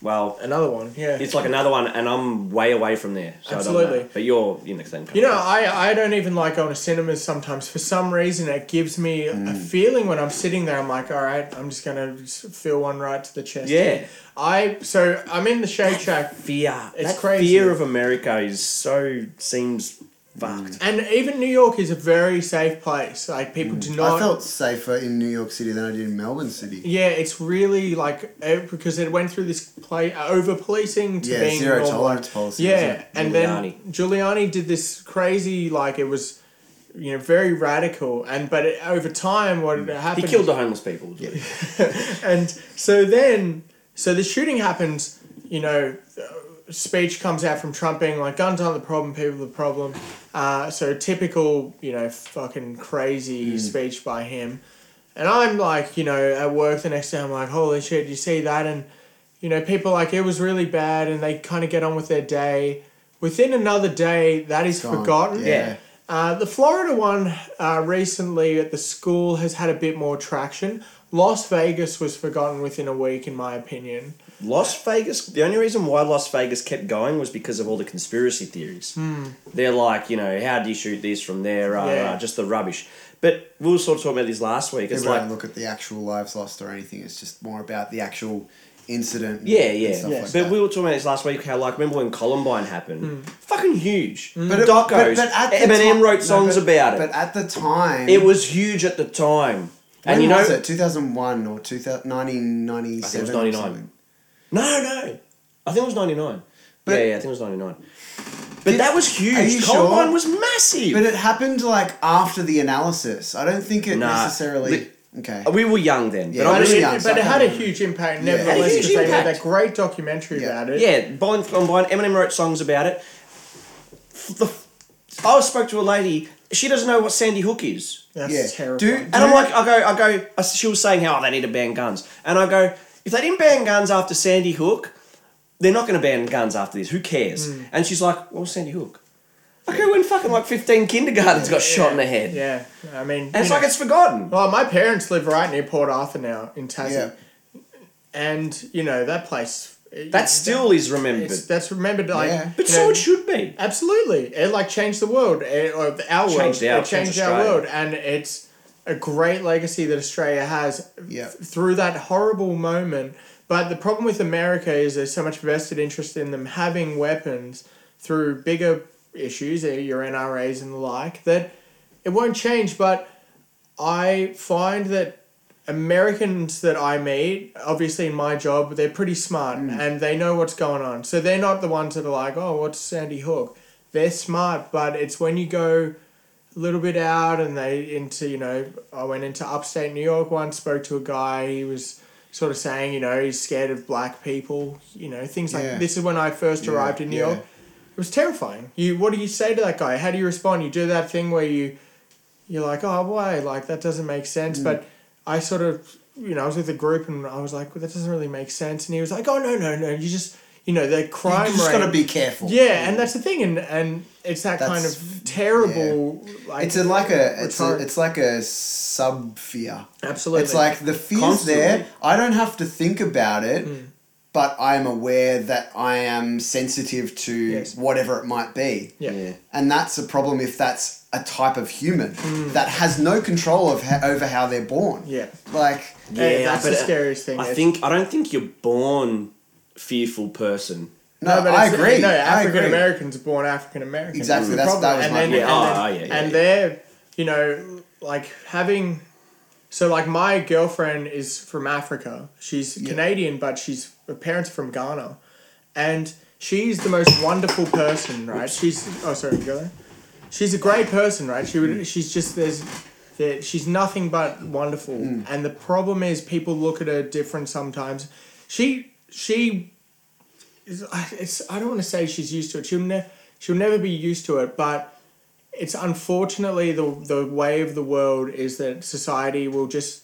A: well,
C: Another one, yeah.
A: it's like another one, and I'm way away from there. So I don't
C: Absolutely.
A: know. But you're in the same country.
C: You know, I, I don't even like going to cinemas sometimes. For some reason, it gives me a
A: Mm.
C: feeling when I'm sitting there. I'm like, all right, I'm just gonna s- feel one right to the chest.
A: Yeah.
C: I so I'm in the Shake Shack,
A: fear.
C: It's
A: that
C: crazy.
A: fear of America is so, seems fucked.
C: and even New York is a very safe place. Like people do not.
B: Mm. I felt safer in New York City than I did in Melbourne City.
C: yeah, it's really like eh, because it went through this play over policing to
B: Yeah,
C: being
B: zero
C: normal.
B: tolerance policy.
C: Yeah, and then
A: Giuliani.
C: Giuliani did this crazy, like it was, you know, very radical. And but it, over time, what
B: Mm.
A: Mm. He
C: happened?
A: killed the homeless people. Yeah.
C: (laughs) and so then, so the shooting happens. You know, uh, speech comes out from Trump being like, "Guns aren't the problem, people are the problem." Uh, so typical, you know, fucking crazy speech by him. And I'm like, you know, at work the next day, I'm like, "Holy shit, you see that?" And you know, people like it was really bad, and they kind of get on with their day. Within another day, that is
B: Gone.
C: forgotten.
A: Yeah.
C: Uh, the Florida one uh, recently at the school has had a bit more traction. Las Vegas was forgotten within a week, in my opinion.
A: Las Vegas. The only reason why Las Vegas kept going was because of all the conspiracy theories. They're like, you know, how do you shoot this from there? Uh,
C: Yeah.
A: uh, just the rubbish. But we were sort of talking about this last week. It's
B: People
A: like,
B: don't look at the actual lives lost or anything. It's just more about the actual incident. and-
A: yeah,
B: and
A: yeah.
B: stuff
C: Yeah.
B: like
A: but
B: that.
A: we were talking about this last week. How like, remember when Columbine happened? Fucking huge.
B: But it-
A: Docos.
B: but- but at the
A: Eminem
B: ti-
A: wrote
B: no,
A: songs
B: but-
A: about it.
B: But at the time,
A: it was huge at the time.
B: When
A: and you know,
B: was it? Two thousand one or 2000,
A: I
B: 1997
A: think it was
B: or
A: 99.
B: something?
A: No, no. I think it was 99.
B: But-
A: yeah, yeah, I think it was 99. But
B: Did-
A: that was
B: Are you
A: huge. Columbine
B: sure?
A: was massive.
B: But it happened like after the analysis. I don't think it
A: Nah.
B: necessarily. okay.
A: uh, we were young then.
B: Yeah.
A: but
C: But,
A: I'm
B: was
A: just
C: it,
B: young, so
C: but
B: I
C: it had a
B: can't remember.
C: huge impact,
B: Yeah. It had a
C: nevertheless,
A: huge
C: because they made
A: impact.
C: that great documentary
B: Yeah.
C: about it.
A: Yeah, Bon Combine. Eminem wrote songs about it. F- The, I spoke to a lady. She doesn't know what Sandy Hook is,
C: That's
B: Yeah.
C: terrifying.
B: Do-
A: and I'm like, I go, I go. I, she was saying how they need to ban guns, and I go, if they didn't ban guns after Sandy Hook,
C: Hmm.
A: they're not going to ban guns after this. Who cares? And she's like, well, Sandy Hook. Okay, when fucking like 15 kindergartens got shot in the head.
C: Yeah, I mean,
A: And it's
C: you
A: like
C: know-
A: it's forgotten.
C: well, my parents live right near Port Arthur now in Tassie,
B: Yeah.
C: and you know that place. it-
A: That still is remembered.
C: it's, that's remembered like
B: Yeah.
A: But
C: you
A: so
C: know,
A: it should be.
C: Absolutely, it like changed the world, it, or the- our world.
A: Changed our-
C: it changed
A: changed
C: our
A: Australia.
C: world, and it's a great legacy that Australia has
B: Yeah.
C: through that horrible moment. But the problem with America is there's so much vested interest in them having weapons through bigger issues, eh, your NRAs and the like, that it won't change. But I find that Americans that I meet, obviously in my job, they're pretty smart
B: Mm.
C: and they know what's going on. So they're not the ones that are like, oh, what's Sandy Hook? They're smart, but it's when you go a little bit out and they into, you know, I went into upstate New York once, spoke to a guy, he was sort of saying, you know, he's scared of black people, you know, things like
B: Yeah.
C: this is when I first
B: Yeah,
C: arrived in New
B: yeah.
C: York. It was terrifying. You what do you say to that guy? How do you respond? You do that thing where you you're like, oh, why? Like, that doesn't make
B: Mm.
C: sense. But I sort of, you know, I was with a group and I was like, well, that doesn't really make sense. And he was like, oh, no, no, no. You just, you know, the crime
B: You just
C: rate.
B: got to be careful.
C: yeah, and that's the thing. And, and it's that kind
B: That's-
C: of terrible. Like,
B: It's a, like a it's a,
C: retard-
B: it's like a sub fear.
C: Absolutely.
B: It's like the fear's
A: Constantly.
B: there. I don't have to think about it,
C: Hmm.
B: but I am aware that I am sensitive to
C: Yes.
B: whatever it might be.
C: Yeah.
B: And that's a problem if that's a type of human that has no control of ho- over how they're born.
C: Hmm. Yeah.
B: Like,
A: Yeah,
C: Hey, that's
A: but
C: the
A: I-
C: scariest thing.
A: I
C: It's-
A: think I don't think you're born fearful person.
B: no,
C: but
B: I
C: it's-
B: agree.
C: No,
B: I agree.
C: African Americans are born African American.
B: Exactly, that's- that was
C: and
B: my
C: then, And,
B: point.
A: Yeah,
C: then-
A: oh, yeah, yeah,
C: and
A: yeah.
C: they're, you know, like having. So, like, my girlfriend is from Africa. She's Canadian, but she's her parents are from Ghana. And she's the most wonderful person, right? She's. Oh, sorry, go there. She's a great person, right? She would. She's just. There's. There, she's nothing but wonderful.
B: Mm.
C: And the problem is, people look at her different sometimes. She. She is- I- it's I don't want to say she's used to it. She'll ne- she'll never be used to it, but it's unfortunately the the way of the world is that society will just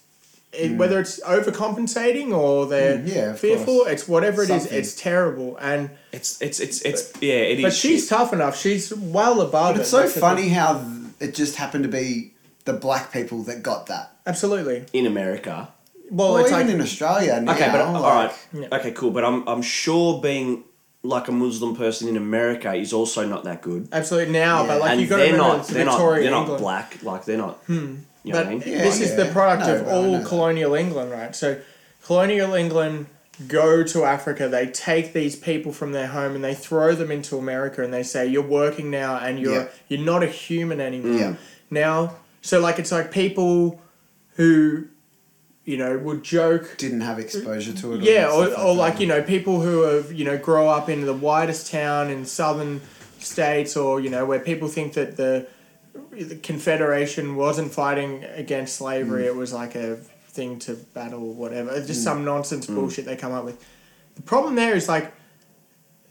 C: it, whether it's overcompensating or they're
B: Mm, yeah, of
C: fearful,
B: course.
C: it's whatever it is.
B: Something.
C: it's terrible. And
A: It's it's it's it's yeah. It is.
C: but she's
A: shit.
C: tough enough. She's well above.
B: But it's
C: it.
B: so
C: That's the
B: funny
C: thing.
B: how th- it just happened to be the black people that got that.
C: Absolutely.
A: in America.
C: Well,
B: Well,
C: Oh, it's
B: even
C: like
B: in Australia now.
A: Okay, but all
B: like,
A: right.
C: Yeah.
A: Okay, cool. But I'm I'm sure being like a Muslim person in America is also not that good.
C: absolutely now,
B: Yeah.
C: but like
A: and
C: you got to
A: they're
C: remember
A: not
C: it's
A: they're not
C: Victoria
A: they're not
C: England. Hmm,
A: black. Like they're not. You know what I
C: But
A: mean?
B: Yeah,
C: this is the
B: yeah.
C: product
B: No,
C: of
B: but I know
C: all
B: that.
C: colonial England, right? So colonial England go to Africa, they take these people from their home and they throw them into America and they say, You're working now and you're
B: Yeah.
C: you're not a human anymore.
B: Yeah.
C: Now so like it's like people who, you know, would joke
B: Didn't have exposure to it.
C: yeah, or,
B: stuff
C: or like
B: that.
C: you know, people who are you know grow up in the widest town in southern states, or you know where people think that the, the Confederation wasn't fighting against
A: Mm.
C: slavery; it was like a thing to battle or whatever. Just some nonsense
A: Mm.
C: bullshit they come up with. The problem there is like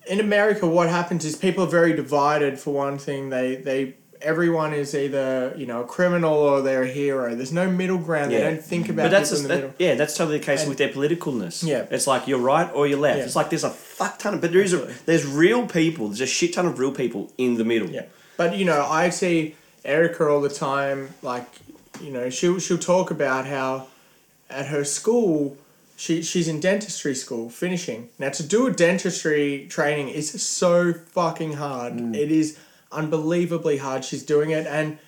C: in America, what happens is people are very divided. For one thing, they they everyone is either you know a criminal or they're a hero. There's no middle ground.
A: Yeah. Mm.
C: They don't think about
A: But that's
C: people in the
A: that-
C: middle.
A: yeah, that's totally the case
C: And-
A: with their politicalness.
C: Yeah.
A: it's like you're right or you're left.
C: Yeah.
A: It's like there's a fuck ton of but there is a, there's real people. There's a shit ton of real people in the middle.
C: Yeah, but you know, I see Erica all the time. Like, you know, she'll she'll talk about how at her school, she she's in dentistry school finishing now. To do a dentistry training is so fucking hard. It is unbelievably hard. She's doing it, and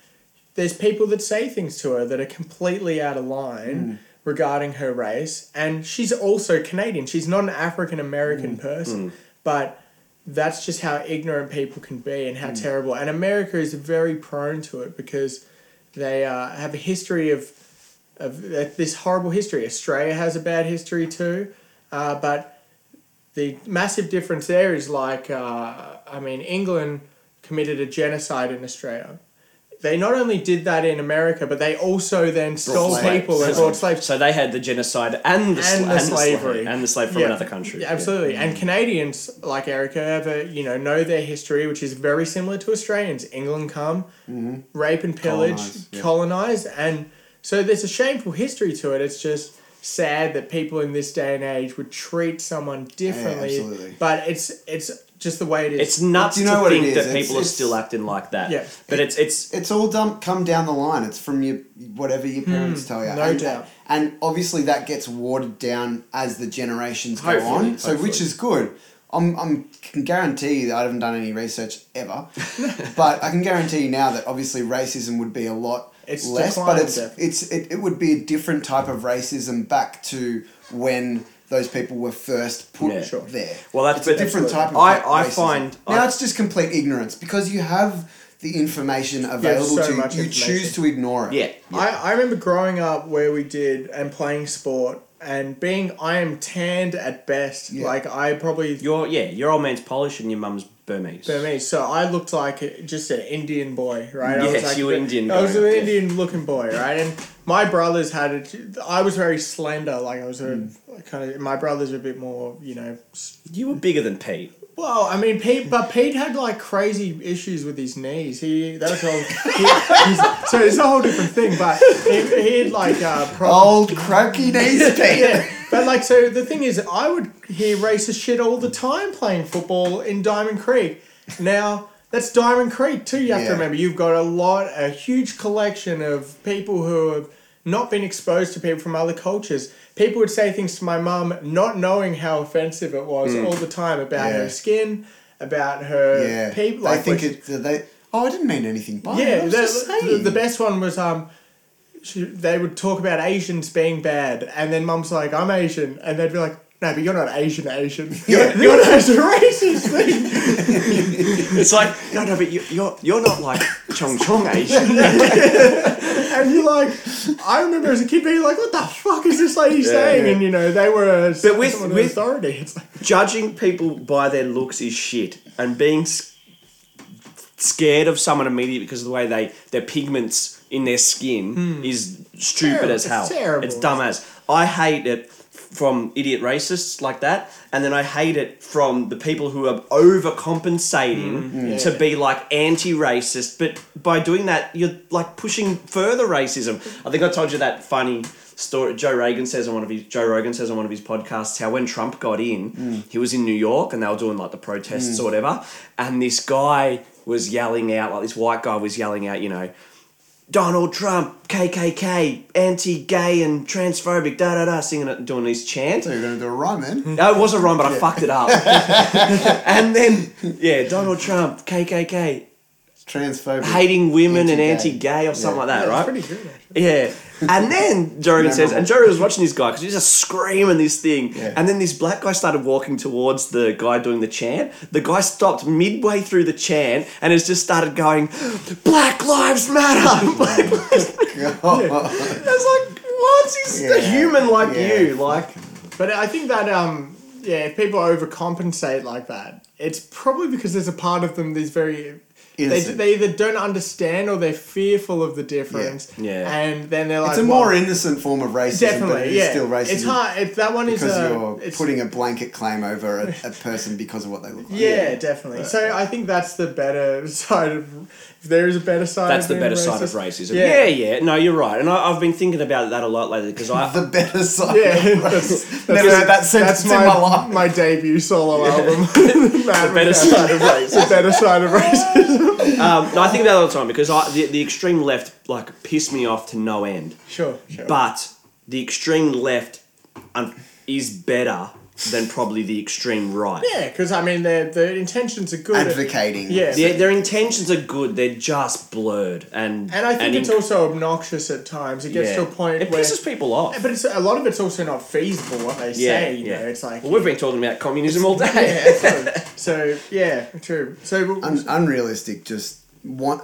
C: there's people that say things to her that are completely out of line. Regarding her race, and she's also Canadian. She's not an African American person, but that's just how ignorant people can be and how terrible. And America is very prone to it because they uh, have a history of of uh, this horrible history. Australia has a bad history too, uh, but the massive difference there is like uh, I mean England committed a genocide in Australia. They not only did that in America, but they also then stole
B: slaves.
C: people
A: (laughs)
C: and
A: So-
C: brought slaves.
A: So they had the genocide and the, sla-
C: And the
A: and the slavery.
C: slavery.
A: and the slave from
C: Yeah.
A: another country. Mm.
C: Yeah, absolutely. And Canadians like Erica have a, you know know their history, which is very similar to Australians. England come,
A: Mm-hmm.
C: rape and pillage,
B: Colonise, yeah.
C: colonize, and so there's a shameful history to it. It's just sad that people in this day and age would treat someone differently.
B: absolutely.
C: But it's it's just the way it is.
A: It's nuts
B: you know
A: to
B: what it
A: think
B: is?
A: that
B: It's-
A: people are
B: it's-
A: still acting like that.
C: Yeah.
A: But it's it's
B: It's all dump come down the line. It's from your whatever your
A: Hmm.
B: parents tell you.
C: no
B: and,
C: doubt.
B: And obviously that gets watered down as the generations go
A: Hopefully,
B: on. So which
A: hopefully.
B: is good. I'm, I'm can guarantee you that I haven't done any research ever, (laughs) but I can guarantee you now that obviously racism would be a lot
C: It's
B: less. But
C: declined,
B: it's
C: definitely.
B: it's it, it would be a different type of racism back to when those people were first put
A: Yeah.
C: Sure.
B: there.
A: well that's
B: It's a
A: but-
B: different type of
A: I,
B: ra-
A: I
B: racism.
A: find
B: now
A: I-
B: it's just complete ignorance because you have the information available
C: so
B: to you.
C: much
B: You
C: information.
B: choose to ignore it.
A: yeah.
C: I, I remember growing up where we did and playing sport and being I am tanned at best.
B: Yeah.
C: Like I probably
A: Your yeah, your old man's Polish and your mum's Burmese.
C: Burmese. So I looked like a- just an Indian boy, right? I was
A: Yes,
C: like,
A: you were Indian
C: I was an
A: growing up, yeah.
C: Indian looking boy, right? And my brothers had it. I was very slender. Like I was a
A: Mm.
C: kind of. My brothers were a bit more, you know. s-
A: You were bigger than Pete.
C: Well, I mean, Pete, but Pete had like crazy issues with his knees. He that was all.
A: (laughs)
C: he- he's- so it's a whole different thing. But he, he had like uh, problems.
B: Old
C: (laughs)
B: croaky knees, Pete.
C: But like, so the thing is, I would hear racist shit all the time playing football in Diamond Creek. Now that's Diamond Creek too. You have
B: Yeah.
C: to remember you've got a lot, a huge collection of people who have not been exposed to people from other cultures. People would say things to my mum, not knowing how offensive it was all the time about
B: Hmm. Yeah.
C: her skin, about her
B: yeah.
C: people.
B: I
C: Like,
B: think
C: which-
B: it. They. Oh, I didn't mean anything by it.
C: yeah,
B: I was
C: the,
B: just
C: the,
B: saying.
C: the best one was um, she, they would talk about Asians being bad, and then Mum's like, "I'm Asian," and they'd be like, "No, but you're not Asian Asian. (laughs) You're, you're not Asian racist." thing."
A: It's like no, no, but you, you're you're not like Chong Chong Asian.
C: and you're like, I remember as a kid being like, "What the fuck is this lady saying?"
A: yeah.
C: And you know, they were a,
A: But with-
C: someone
A: with-
C: authority. It's like,
A: (laughs) Judging people by their looks is shit, and being s- scared of someone immediately because of the way they their pigments in their skin is stupid
C: Terrible.
A: as hell.
C: It's terrible.
A: It's dumb as. I hate it from idiot racists like that, and then I hate it from the people who are overcompensating to
C: Yeah.
A: be like anti-racist. But by doing that, you're like pushing further racism. I think I told you that funny story. Joe Rogan says on one of his Joe Rogan says on one of his podcasts how when Trump got in, he was in New York and they were doing like the protests or whatever, and this guy was yelling out like this white guy was yelling out, you know. Donald Trump, KKK, anti-gay and transphobic, da da da, singing it, doing his chant.
B: So you're gonna do a rhyme, man.
A: No, it was a rhyme, but I fucked it
B: (laughs)
A: up. and then, yeah, Donald Trump, KKK,
B: It's transphobic. (laughs)
A: hating women and anti-gay
B: Anti-gay.
A: or something
B: Yeah.
A: like that, right?
C: Pretty good. actually.
A: Yeah. And then Jogan says, and Joe was watching this guy because he was just screaming this thing.
B: Yeah.
A: And then this black guy started walking towards the guy doing the chant. The guy stopped midway through the chant and has just started going, Black Lives Matter!
B: (laughs)
A: Black Lives Matter. I was like, what? He's a
B: Yeah.
A: human like
B: Yeah.
A: you. Like,
C: But I think that um yeah, if people overcompensate like that, it's probably because there's a part of them that's very they,
B: Innocent.
C: they either don't understand or they're fearful of the difference.
A: Yeah. Yeah.
C: And then they're like
B: It's a
C: well,
B: more innocent form of racism,
C: definitely
B: but it is
C: yeah.
B: still racism.
C: It's hard if that one is
B: because
C: a,
B: you're
C: it's-
B: putting a blanket claim over a, a person because of what they look like.
C: yeah, definitely. So I think that's the better (laughs) side of. If there is a better side,
A: that's
C: of
A: the
C: being
A: better
C: racist,
A: side of racism. Yeah.
C: Yeah,
A: yeah, No, you're right. And I, I've been thinking about that a lot lately because I,
B: The better side.
C: yeah.
B: of
C: that's, (laughs)
B: race.
C: that's-
B: Never heard that sentence
C: that's my,
B: in my life.
C: my debut
A: (laughs)
C: solo album. (laughs) the
A: (laughs) better side of racism.
C: the better side of racism.
A: (laughs) Um, no, I think about it all the time because I, the, the extreme left like piss me off to no end.
C: Sure, sure.
A: But the extreme left un- is better than probably the extreme right.
C: Yeah, because I mean, their their intentions are good.
B: Advocating.
C: Yeah.
A: Their, their intentions are good. They're just blurred and
C: and I think it's
A: inc-
C: also obnoxious at times. It gets
A: yeah.
C: to a point
A: it
C: where,
A: pisses people off.
C: but it's a lot of it's also not feasible what they
A: yeah,
C: say. You
A: yeah.
C: know, it's like
A: well, we've been talking about communism all day.
C: (laughs) yeah.
A: (laughs)
C: So, so yeah, true. So
B: un- unrealistic. Just want,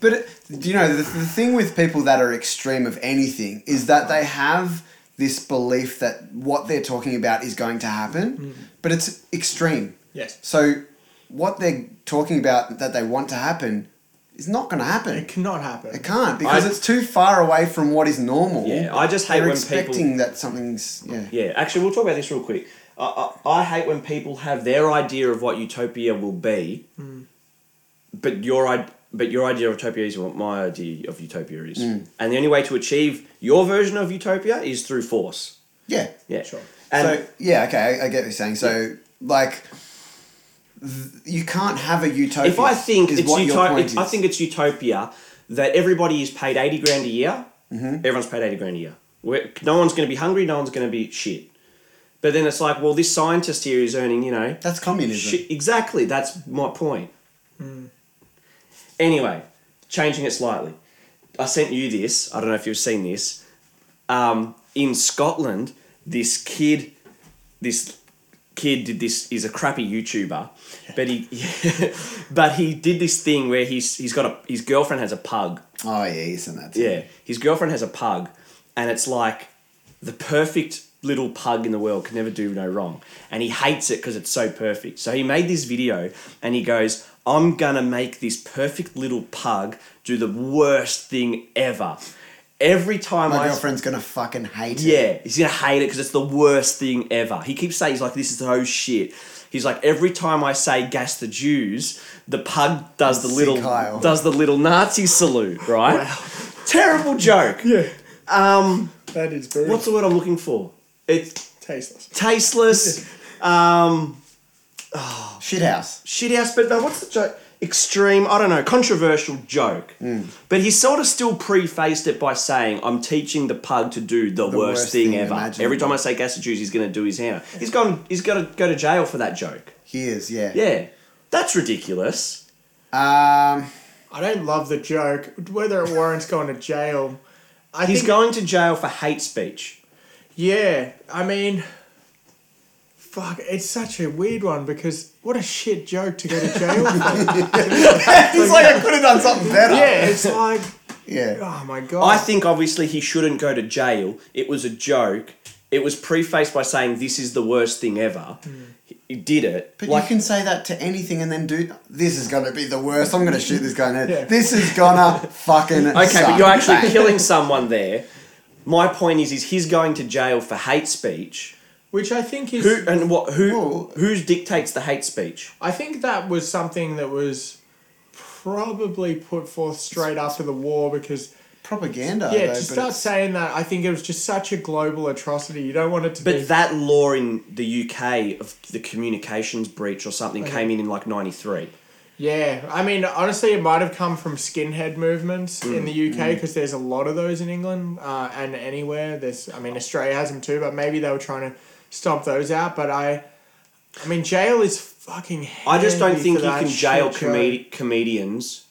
B: but it, you know the, the thing with people that are extreme of anything is that they have this belief that what they're talking about is going to happen,
A: Mm.
B: but it's extreme.
C: yes,
B: So what they're talking about that they want to happen is not going to happen.
C: it cannot happen.
B: It can't because
A: I-
B: it's too far away from what is normal.
A: Yeah, I just hate
B: They're
A: when people-
B: expecting that something's yeah.
A: Yeah, actually, we'll talk about this real quick. I, I, I hate when people have their idea of what utopia will be, but your i- but your idea of utopia is what my idea of utopia is,
B: Hmm.
A: and the only way to achieve your version of utopia is through force.
B: Yeah.
A: Yeah,
C: Sure.
A: And
B: so yeah, okay, I, I get what you're saying. So like you can't have a utopia.
A: If I think
B: is
A: it's
B: what your
A: utopia,
B: point
A: it's, I
B: is.
A: think it's utopia that everybody is paid eighty grand a year.
B: Mm-hmm.
A: Everyone's paid eighty grand a year. We're, no one's going to be hungry. No one's going to be shit. But then it's like, well, this scientist here is earning, you know,
B: that's communism.
A: shit. Exactly. That's my point. Anyway, changing it slightly. I sent you this. I don't know if you've seen this. Um, in Scotland, this kid, this kid did this. He's a crappy YouTuber, but he, (laughs) but he did this thing where he's he's got a his girlfriend has a pug.
B: Oh yeah, you sent that. to me.
A: Yeah, his girlfriend has a pug, and it's like the perfect little pug in the world can never do no wrong. And he hates it because it's so perfect. So he made this video, and he goes, "I'm gonna make this perfect little pug do the worst thing ever." Every time
B: My
A: I
B: girlfriend's gonna fucking hate it.
A: yeah, he's gonna hate it because it's the worst thing ever. He keeps saying he's like, "This is oh shit." He's like, every time I say "gas the Jews," the pug does the
B: Sick
A: little
B: Heil.
A: does the little Nazi salute, right? Terrible joke.
C: Yeah.
A: Um,
C: That is very
A: what's the word I'm looking for? It's
C: tasteless.
A: tasteless,
B: Shithouse.
A: shithouse. But no, what's the joke? Extreme. I don't know. Controversial joke. But he sort of still prefaced it by saying, "I'm teaching the pug to do the, worst,
B: worst
A: thing,
B: thing
A: ever."
B: imaginable.
A: Every time I say gas the Jews, he's going to do his hand. He's gone. He's got to go to jail for that joke.
B: He is, yeah.
A: Yeah, that's ridiculous. (laughs)
B: Um,
C: I don't love the joke. Whether it warrants going to jail, I
A: He's
C: think.
A: going to jail for hate speech.
C: yeah, I mean, fuck, it's such a weird one because what a shit joke to go
A: (laughs)
C: to jail for.
B: he's like, I could have done something better.
C: yeah, it's like,
B: Yeah.
C: oh my god.
A: I think obviously he shouldn't go to jail. It was a joke. It was prefaced by saying this is the worst thing ever. He- He did it.
B: But
A: like
B: you can say that to anything and then do. This is gonna be the worst. I'm gonna shoot this guy in the head.
C: Yeah.
B: This is gonna fucking.
A: Okay, but you're actually
B: killing.
A: killing someone there. My point is, is he's going to jail for hate speech.
C: Which I think is.
A: Who and what? Who?
B: Well-
A: Who dictates the hate speech?
C: I think that was something that was probably put forth straight after the war because
B: propaganda.
C: yeah
B: though,
C: to
B: but
C: start
B: it's-
C: saying that I think it was just such a global atrocity you don't want it to be
A: But that law in the UK of the communications breach or something came in in like '93.
C: yeah I mean honestly it might have come from skinhead movements
A: Mm,
C: in the UK because there's a lot of those in England uh, and anywhere there's I mean Australia has them too but maybe they were trying to stomp those out but I I mean jail is fucking
A: I just don't
C: handy
A: think
C: for
A: you
C: that
A: can jail
C: shit show.
A: comedi- comedians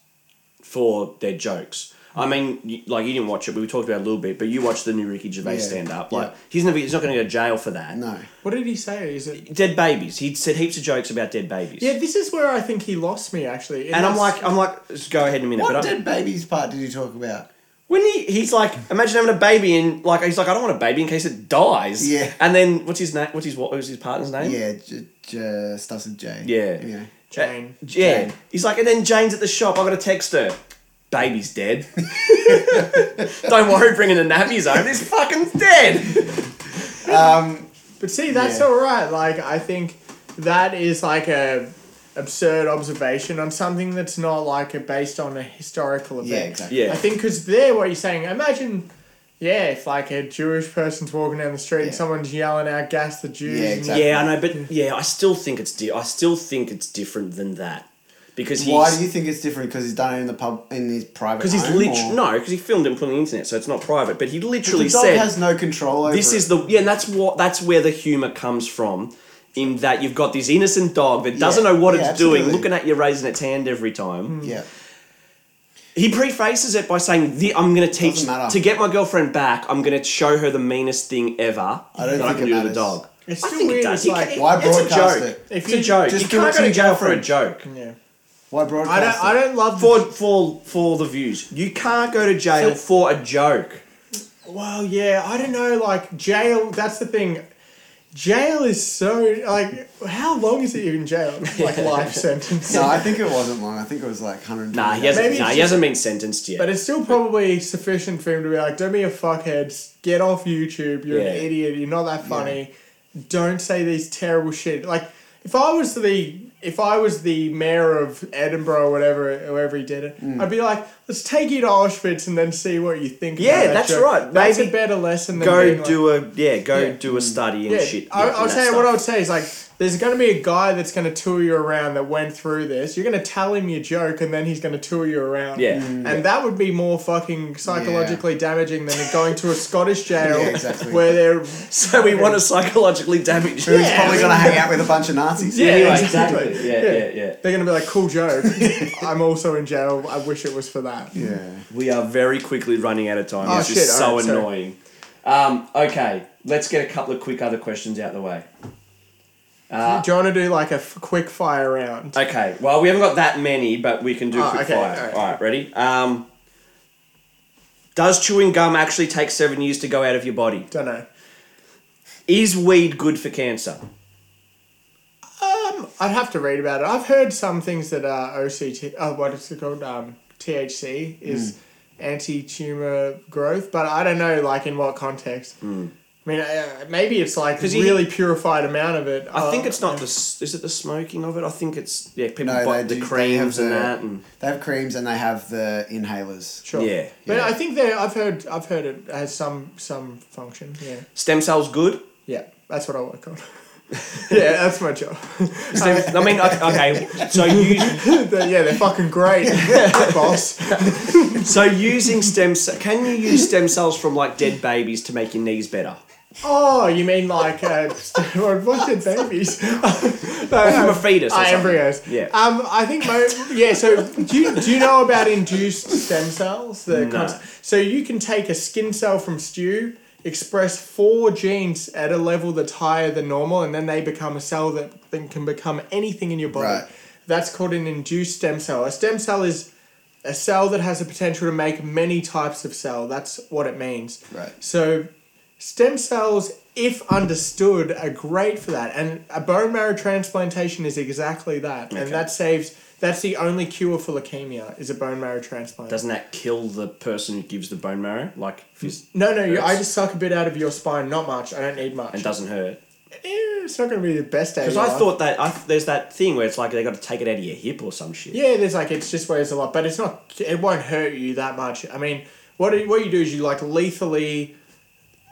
A: for their jokes. I mean, you- like you didn't watch it, but we talked about it a little bit. But you watched the new Ricky Gervais
B: Yeah,
A: stand up.
B: yeah.
A: Like he's never, he's not going to go to jail for that.
B: No.
C: what did he say is it
A: Dead babies. He said heaps of jokes about dead babies.
C: yeah this is where I think he lost me actually
A: And I'm
C: that's-
A: like, eh, I'm like, just go ahead in a minute.
B: What
A: but
B: dead
A: I'm,
B: babies part did you talk about?
A: when he, he's like, imagine having a baby and like, he's like, I don't want a baby in case it dies.
B: Yeah.
A: And then what's his name? What's his what was his partner's name?
B: Yeah, j- j- stuff's with J.
A: Eh? Yeah.
B: Yeah.
C: Jane.
A: Uh, yeah.
B: Jane.
A: He's like, and then Jane's at the shop. I got to text her. Baby's
B: (laughs)
A: dead. don't worry, bringing the nappies home. This fucking dead.
B: Um,
C: But see, that's
B: Yeah.
C: all right. Like I think that is like a absurd observation on something that's not like a, based on a historical event.
B: yeah, exactly.
A: Yeah.
C: I think because there, what you're saying, imagine. Yeah, if like a Jewish person's walking down the street and
B: Yeah.
C: someone's yelling out "gas the Jews,"
B: Yeah,
C: and-
B: exactly.
A: Yeah, I know, but yeah, I still think it's di- I still think it's different than that because he's
B: Why do you think it's different? Because he's done it in the pub in his private.
A: because he's
B: home,
A: literally
B: or-
A: no because he filmed it and put it on the internet, so it's not private. But he literally
B: The dog
A: said
B: has no control over.
A: This
B: it.
A: is the yeah, and that's what that's where the humor comes from. In that you've got this innocent dog that doesn't
B: Yeah.
A: know what
B: Yeah,
A: it's doing,
B: absolutely. Hmm.
A: looking at you raising its hand every time.
B: yeah.
A: He prefaces it by saying, "The- "I'm going to teach
B: Doesn't matter.
A: to get my girlfriend back. I'm going to show her the meanest thing ever
B: I don't
A: that I
B: think
A: can do
B: it
A: to the
B: matters.
A: dog."
C: It's
A: I
C: still
A: think it
C: weird,
A: does.
C: it's
A: He ca-
C: like-
A: it-
B: Why
A: it's a
B: broadcast
A: joke.
B: it?
C: If
A: it's a
C: you-
A: joke.
B: just
A: you
B: do
A: can't
B: it
A: go
B: to
A: to
B: your
A: jail for a
B: girlfriend.
A: joke.
C: yeah.
B: Why broadcast?
C: I don't. I
B: it?
C: don't love.
A: For for for the views, you can't go to jail for a joke.
C: Well, yeah, I don't know. Like jail. That's the thing. Jail is so like. How long is it you in jail? Like
B: (laughs)
C: life sentence.
B: No, I think it wasn't long. I think it was like hundred.
A: Nah, he hasn't.
C: Maybe
A: Nah,
C: it's
A: he
C: just-
A: hasn't been sentenced yet.
C: But it's still probably sufficient for him to be like, don't be a fuckhead, s- get off YouTube, you're
A: Yeah.
C: an idiot, you're not that funny, don't say these terrible shit. Like, if I was the if I was the mayor of Edinburgh or whatever, whoever he did it,
A: Hmm.
C: I'd be like, let's take you to Auschwitz and then see what you think. about
A: Yeah,
C: that
A: that's
C: joke."
A: right.
C: That's a
A: Maybe
C: better lesson than
A: go
C: being like-
A: do a yeah, go
C: Yeah.
A: do a study and
C: yeah,
A: shit.
C: I,
A: yeah,
C: I'll
A: and that
C: say what I
A: stuff.
C: would say is like, There's going to be a guy that's going to tour you around that went through this. You're going to tell him your joke, and then he's going to tour you around.
A: Yeah.
B: Mm,
C: And that would be more fucking psychologically damaging than going to a
B: (laughs)
C: Scottish jail
B: Yeah, exactly.
C: where they're.
A: (laughs) So we want to psychologically damage you.
B: He's
C: Yeah.
B: probably gonna hang out with a bunch of
A: (laughs)
B: Nazis.
A: Yeah,
C: Yeah,
A: exactly.
C: exactly.
A: Yeah, yeah, yeah.
C: They're going to be like, cool joke. I'm also in jail. I wish it was for that.
B: Yeah.
A: We are very quickly running out of time.
C: Oh,
A: this
C: shit,
A: is so
C: alright, sorry.
A: annoying. Um, okay, let's get a couple of quick other questions out the way. Uh,
C: do you want to do like a f- quick fire round?
A: okay, well, we haven't got that many, but we can do
C: Oh,
A: quick
C: okay,
A: fire.
C: alright.
A: All right, ready? Um, does chewing gum actually take seven years to go out of your body?
C: Don't know.
A: Is weed good for cancer?
C: Um, I'd have to read about it. I've heard some things that are OCT. Oh, what is it called? Um, THC is
A: Hmm.
C: anti-tumor growth, but I don't know, like in what context.
A: Hmm.
C: I mean, uh, maybe it's like
A: 'Cause you-
C: really purified amount of it.
A: I
C: Uh,
A: think it's not the. s- Is it the smoking of it? I think it's yeah. People
B: No,
A: buy
B: they
A: the
B: do- they
A: creams
B: have
A: and
B: the-
A: that and
B: They have creams and they have the inhalers.
C: Sure.
A: Yeah,
C: but
B: yeah.
C: I think there. I've heard. I've heard it has some some function. Yeah.
A: stem cells good.
C: Yeah. That's what I work on. (laughs) yeah, that's my job. (laughs)
A: Stem, I mean, okay. So you
C: They're- yeah, they're fucking
A: (laughs)
C: great, boss.
A: So using stem ce- can you use stem cells from like dead babies to make your knees better?
C: Oh, you mean like uh, (laughs) steroid what's it, babies? (laughs) no,
A: From a
C: no.
A: fetus. Or
C: Ah,
A: something.
C: embryos.
A: Yeah.
C: Um, I think my yeah. So do you, do you know about induced stem cells? The
A: No.
C: cons- so you can take a skin cell from stew, express four genes at a level that's higher than normal, and then they become a cell that then can become anything in your body.
B: Right.
C: That's called an induced stem cell. A stem cell is a cell that has the potential to make many types of cell. That's what it means.
B: Right.
C: So stem cells, if understood, are great for that. And a bone marrow transplantation is exactly that.
A: Okay.
C: And that saves that's the only cure for leukemia is a bone marrow transplant.
A: Doesn't that kill the person who gives the bone marrow? Like, if he's-
C: no, no, you, I
A: hurts?
C: just suck a bit out of your spine. Not much. I don't need much.
A: and doesn't hurt.
C: Eh, it's not going to be the best day. of
A: Because
C: your
A: I
C: life.
A: thought that I, there's that thing where it's like they got to take it out of your hip or some shit.
C: Yeah, there's like it's just weighs a lot, but it's not. It won't hurt you that much. I mean, what you- what you do is you like lethally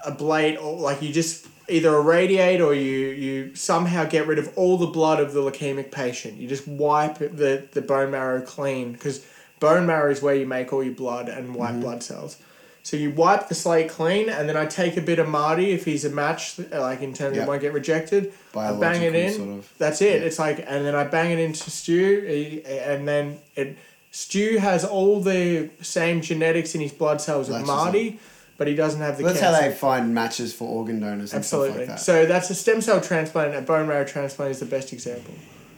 C: ablate or like you just either irradiate or you you somehow get rid of all the blood of the leukemic patient. You just wipe the the bone marrow clean because bone marrow is where you make all your blood and white
B: Mm-hmm.
C: blood cells. So you wipe the slate clean, and then I take a bit of Marty if he's a match, like in terms
B: Yeah.
C: of won't get rejected. I bang it
B: Biological
C: in.
B: sort of.
C: That's it. It's like, and then I bang it into Stew, eh, and then it. Stew has all the same genetics in his blood cells of
B: That's
C: Marty, but he doesn't have the
B: That's how
C: cancer.
B: they find matches for organ donors and
C: Absolutely.
B: stuff like
C: so that's a stem cell transplant. A bone marrow transplant is the best example.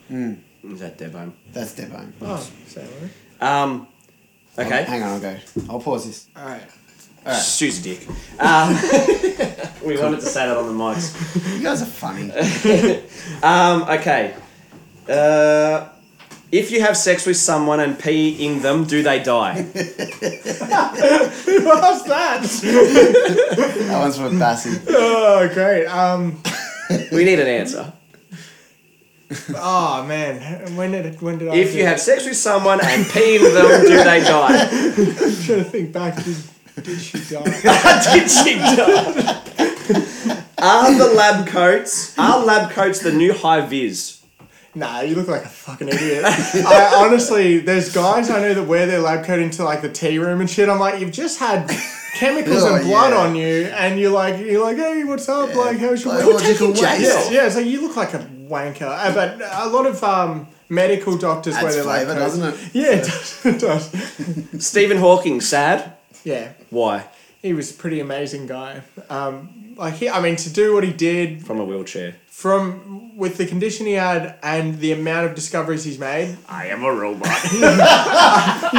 A: Is that their bone?
B: that. That's Debo.
C: Oh, sorry.
A: Um, okay.
B: Hang on, I'll go. I'll pause this.
C: All right.
B: Alright.
A: Shoes a dick. Um, (laughs) we wanted to say that on the mics.
B: You guys are funny.
A: Um, okay. Uh, if you have sex with someone and pee in them, do they die?
C: (laughs) Who asked that?
B: (laughs)
C: (laughs)
B: That one's from Bassy.
C: oh, great. Um.
A: (laughs) we need an answer.
C: Oh man. When did when did I?
A: If you have sex with someone and pee in them, do they (laughs) die?
C: (laughs) trying to think back, did, did she die?
A: Did she die? Are the lab coats? Are lab coats the new high vis?
C: Nah, you look like a fucking
B: (laughs)
C: idiot. I honestly, there's guys I know that wear their lab coat into like the tea room and shit. I'm like, you've just
B: (laughs)
C: had chemicals
B: Oh,
C: and blood
B: yeah.
C: on you, and you're like, you're like, hey, what's up? Like, how's your
B: Biological waste.
C: Yeah, yeah. It's like you look like a wanker. Uh, but a lot of um, medical doctors wear
B: Adds
C: their lab
B: flavour,
C: coats.
B: doesn't it?
C: Yeah, it does. (laughs) It does.
A: Stephen Hawking sad.
C: Yeah,
A: Why?
C: he was a pretty amazing guy. Um, like he, I mean, to do what he did
A: From a wheelchair.
C: from with the condition he had and the amount of discoveries he's made.
A: I am a (laughs) robot.
C: You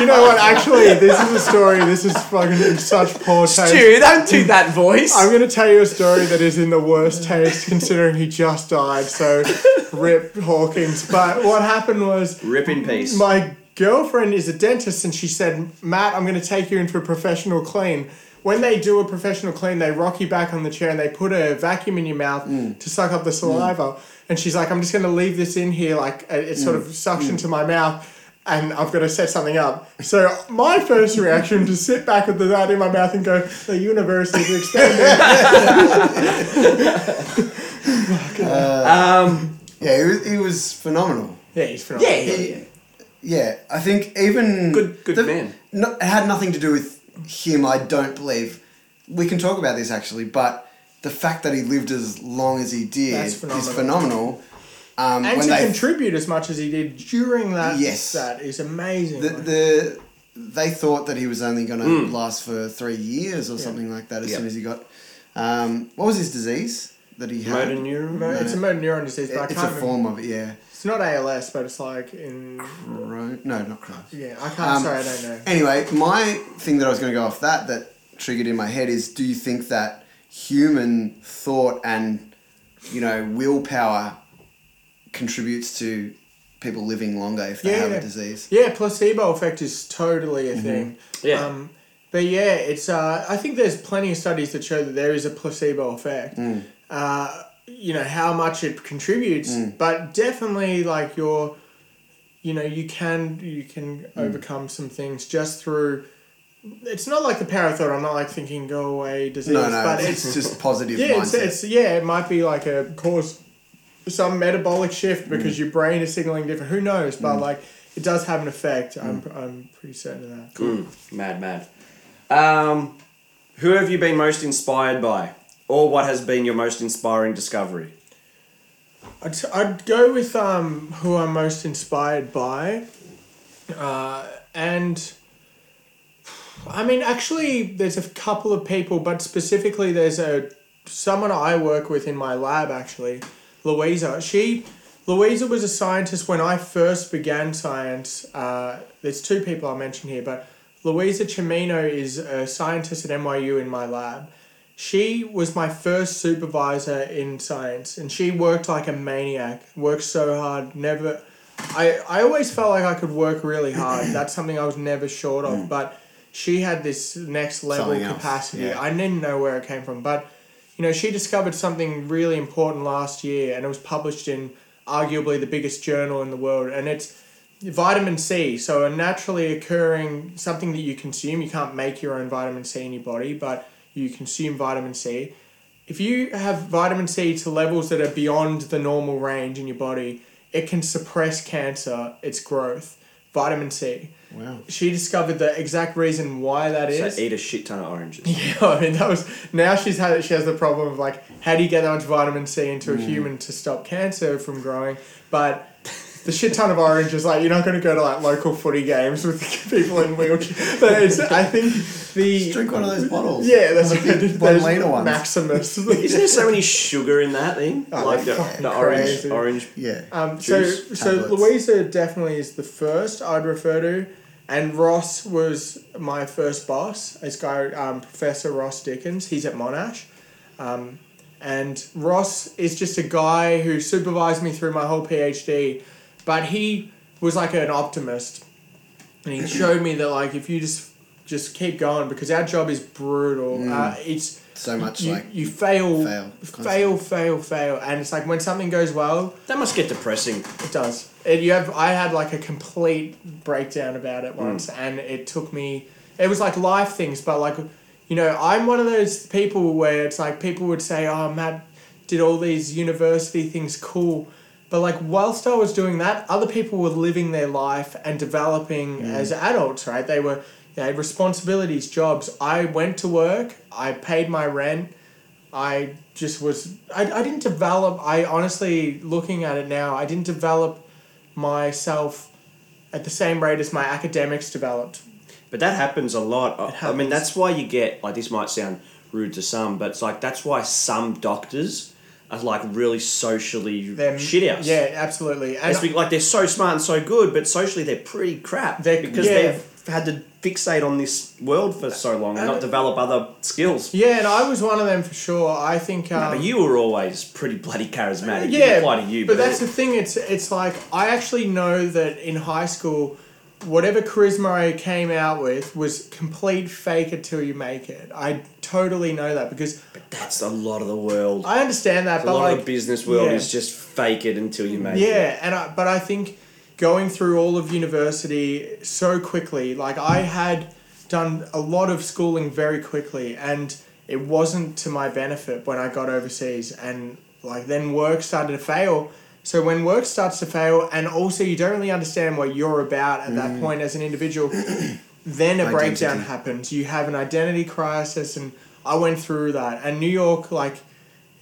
C: know what? Actually, this is a story. This is fucking such poor taste.
A: Dude, don't do that voice.
C: I'm gonna tell you a story that is in the worst taste, considering he just died. So, rip Hawkins. But what happened was
A: Rip in peace.
C: my girlfriend is a dentist and she said, Matt, I'm going to take you into a professional clean. When they do a professional clean, they rock you back on the chair and they put a vacuum in your mouth
B: Mm.
C: to suck up the saliva. And she's like, I'm just going to leave this in here, like uh, it's sort
B: Mm.
C: of suction to my mouth. And I've got to set something up. So my first reaction to sit back with that in my mouth and go, the universe is expanding.
A: Um,
B: Yeah, he was, he was phenomenal.
C: Yeah, he's phenomenal.
B: (laughs) yeah. Yeah, I think even
A: Good- good
B: the-
A: man.
B: No, it had nothing to do with him. I don't believe we can talk about this actually, but the fact that he lived as long as he did
C: That's
B: is
C: phenomenal.
B: phenomenal. Um,
C: And
B: when
C: to
B: they
C: contribute as much as he did during that
B: Yes.
C: that is amazing.
B: the,
C: like.
B: the they thought that he was only going to last for three years or something like that.
A: Hmm.
B: As
A: Yeah.
B: soon as he got, um, what was his disease that he had?
A: Motor neuron.
C: Mo- it's a motor neuron disease,
B: It-
C: but I can't
B: it's a
C: remember.
B: form of it, yeah.
C: It's not ALS, but it's like in
B: Cro- no, not Crohn's.
C: yeah. I can't.
B: Um,
C: sorry, I don't know.
B: Anyway, my thing that I was going to go off that that triggered in my head is: Do you think that human thought and you know willpower contributes to people living longer if they
C: Yeah,
B: have
C: yeah.
B: a disease?
C: Yeah, placebo effect is totally
B: Mm-hmm.
C: a thing.
A: Yeah.
C: Um, but yeah, it's. Uh, I think there's plenty of studies that show that there is a placebo effect.
B: Mm.
C: Uh, you know how much it contributes,
B: Mm.
C: but definitely like your, you know, you can you can
B: Mm.
C: overcome some things just through. It's not like the power of thought. I'm not like thinking go away disease,
B: No, no,
C: but
B: it's,
C: it's
B: just positive
C: yeah, it's,
B: mindset.
C: it's yeah, it might be like a cause some metabolic shift because your brain is signaling different. Who knows? But like, it does have an effect. I'm I'm pretty certain of that.
A: Mm, mad, mad. Um, who have you been most inspired by, or what has been your most inspiring discovery?
C: I'd, I'd go with um who I'm most inspired by, uh, and I mean actually there's a couple of people, but specifically there's a someone I work with in my lab actually, Louisa. She Louisa was a scientist when I first began science. Uh, there's two people I'll mention here, but Louisa Cimino is a scientist at NYU in my lab. She was my first supervisor in science, and she worked like a maniac. Worked so hard, never. I, I always felt like I could work
B: (clears throat)
C: really hard. That's something I was never short of, but she had this next level
B: Mm. Something else,
C: capacity.
B: yeah.
C: I didn't know where it came from, but you know, she discovered something really important last year, and it was published in arguably the biggest journal in the world, and it's vitamin C. So a naturally occurring something that you consume. You can't make your own vitamin C in your body, but you consume vitamin C. If you have vitamin C to levels that are beyond the normal range in your body, it can suppress cancer, its growth. Vitamin C.
B: wow.
C: She discovered the exact reason why that is.
A: So eat a shit ton of oranges.
C: (laughs)
A: (laughs)
C: Yeah, I mean that was now she's had she has the problem of like how do you get that much vitamin C into a human to stop cancer from growing, but the shit ton of oranges like you're not going to go to like local footy games with (laughs) people in wheelchairs. But it's I think
B: Just
C: the
B: drink one of those bottles.
C: yeah that's (laughs)
B: Like
C: right.
B: the one
C: There's
B: liter ones.
A: (laughs)
C: Maximus.
A: Isn't there so many sugar in that thing?
C: Oh,
A: like the,
C: fucking
A: the orange,
C: crazy.
A: orange.
B: Yeah.
C: Um, so,
B: Juice,
C: so
B: tablets.
C: Louisa definitely is the first I'd refer to, and Ross was my first boss. This guy, um, Professor Ross Dickens, he's at Monash, um, and Ross is just a guy who supervised me through my whole PhD, but he was like an optimist, and he showed me that like if you just just keep going because our job is brutal. Uh, it's
B: Mm. so much
C: you,
B: like
C: you fail,
B: fail
C: fail, fail, fail, and it's like when something goes well.
A: That must get depressing.
C: It does. It, you have. I had like a complete breakdown about it once, and it took me. It was like life things, but like, you know, I'm one of those people where it's like people would say, "Oh, Matt did all these university things, cool," but like whilst I was doing that, other people were living their life and developing as adults. Right? They were. They had responsibilities, jobs. I went to work. I paid my rent. I just was I, I didn't develop I honestly looking at it now I didn't develop myself at the same rate as my academics developed
A: But that happens a lot. I- I mean,
C: happens.
A: that's why you get like this might sound rude to some, but it's like that's why some doctors are like really socially
C: Them
A: shit outs.
C: yeah absolutely and
A: It's be- like they're so smart and so good, but socially they're pretty crap.
C: They-
A: because
C: yeah.
A: they've had to fixate on this world for so long and
C: Uh,
A: not develop other skills.
C: yeah and I was one of them for sure I think um,
A: but you were always pretty bloody charismatic. Yeah,
C: yeah,
A: apply to you,
C: but, that's the thing. It's it's like I actually know that in high school, whatever charisma I came out with was complete fake it till you make it. I totally know that because
A: that's a lot of the world.
C: I understand that.
A: a
C: but
A: lot
C: like
A: of the business world
C: yeah.
A: is just fake it until you make it.
C: Yeah, and I, but I think going through all of university so quickly, like I had done a lot of schooling very quickly, and it wasn't to my benefit when I got overseas, and like then work started to fail, So when work starts to fail, and also you don't really understand what you're about at that point as an individual, then a breakdown
B: Identity.
C: happens. You have an identity crisis, and I went through that. And New York, like,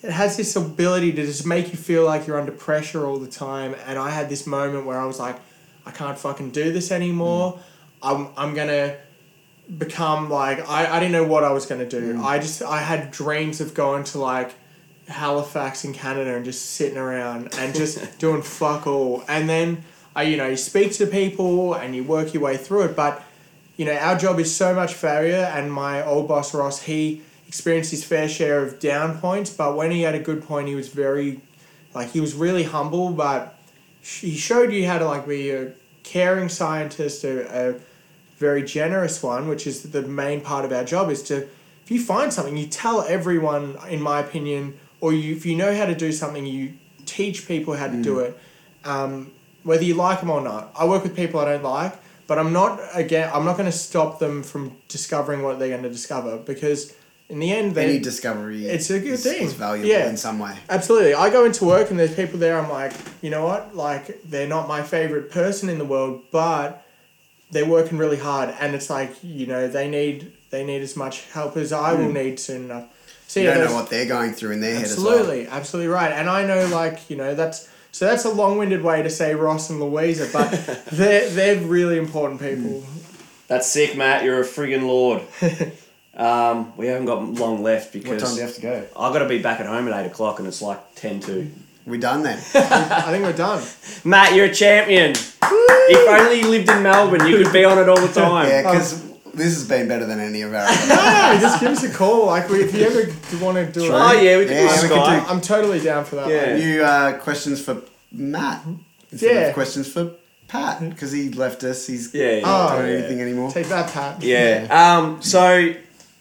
C: it has this ability to just make you feel like you're under pressure all the time. And I had this moment where I was like, I can't fucking do this anymore. I'm, I'm gonna become like I, I didn't know what I was gonna do. I just I had dreams of going to like Halifax in Canada and just sitting around and just doing fuck all. And then I you know you speak to people and you work your way through it, but you know our job is so much failure. And my old boss Ross he experienced his fair share of down points, but when he had a good point, he was very like he was really humble, but sh- he showed you how to like be a caring scientist, a, a very generous one, which is the main part of our job, is to if you find something, you tell everyone, in my opinion, or you if you know how to do something, you teach people how to do it, um, whether you like them or not. I work with people I don't like, but I'm not again. I'm not going to stop them from discovering what they're going to discover because in the end, they
B: Any discovery
C: It's a good
B: is,
C: thing.
B: is valuable
C: Yeah.
B: in some way.
C: Absolutely. I go into work and there's people there. I'm like, you know what? Like, they're not my favorite person in the world, but they're working really hard, and it's like, you know, they need they need as much help as I will need soon enough. So
B: Hmm. You
C: yeah,
B: don't know
C: there's-
B: what they're going through in their head as well.
C: absolutely, absolutely right. And I know, like, you know, that's so that's a long winded way to say Ross and Louisa, but
B: (laughs)
C: they're they're really important people.
B: Hmm.
A: That's sick, Matt. You're a friggin'
C: (laughs)
A: lord. um, we haven't got long left
B: What time
A: because
B: do you have to go?
A: I've got to be back at home at eight o'clock, and it's like ten to.
B: We done then.
C: I think we're
B: (laughs)
C: done.
A: Matt, you're a champion. if only you lived in Melbourne, you could be on it all
C: (laughs)
A: the time.
B: yeah,
C: Oh.
B: because this has been better than any of our. other-
C: Yeah, just give us a call. Like, we, if you ever want to do
A: Oh
C: it,
A: yeah, we could
B: Yeah,
A: do
B: we could
A: Skype.
C: I'm totally down for that.
A: Yeah.
C: mate.
B: New uh, questions for Matt. Instead
C: Yeah. Mm-hmm.
B: of questions for Pat because he left us. He's
A: Yeah. yeah,
B: not
C: Oh,
B: doing
A: yeah.
B: anything anymore.
C: Take that, Pat.
A: Yeah. Um. So,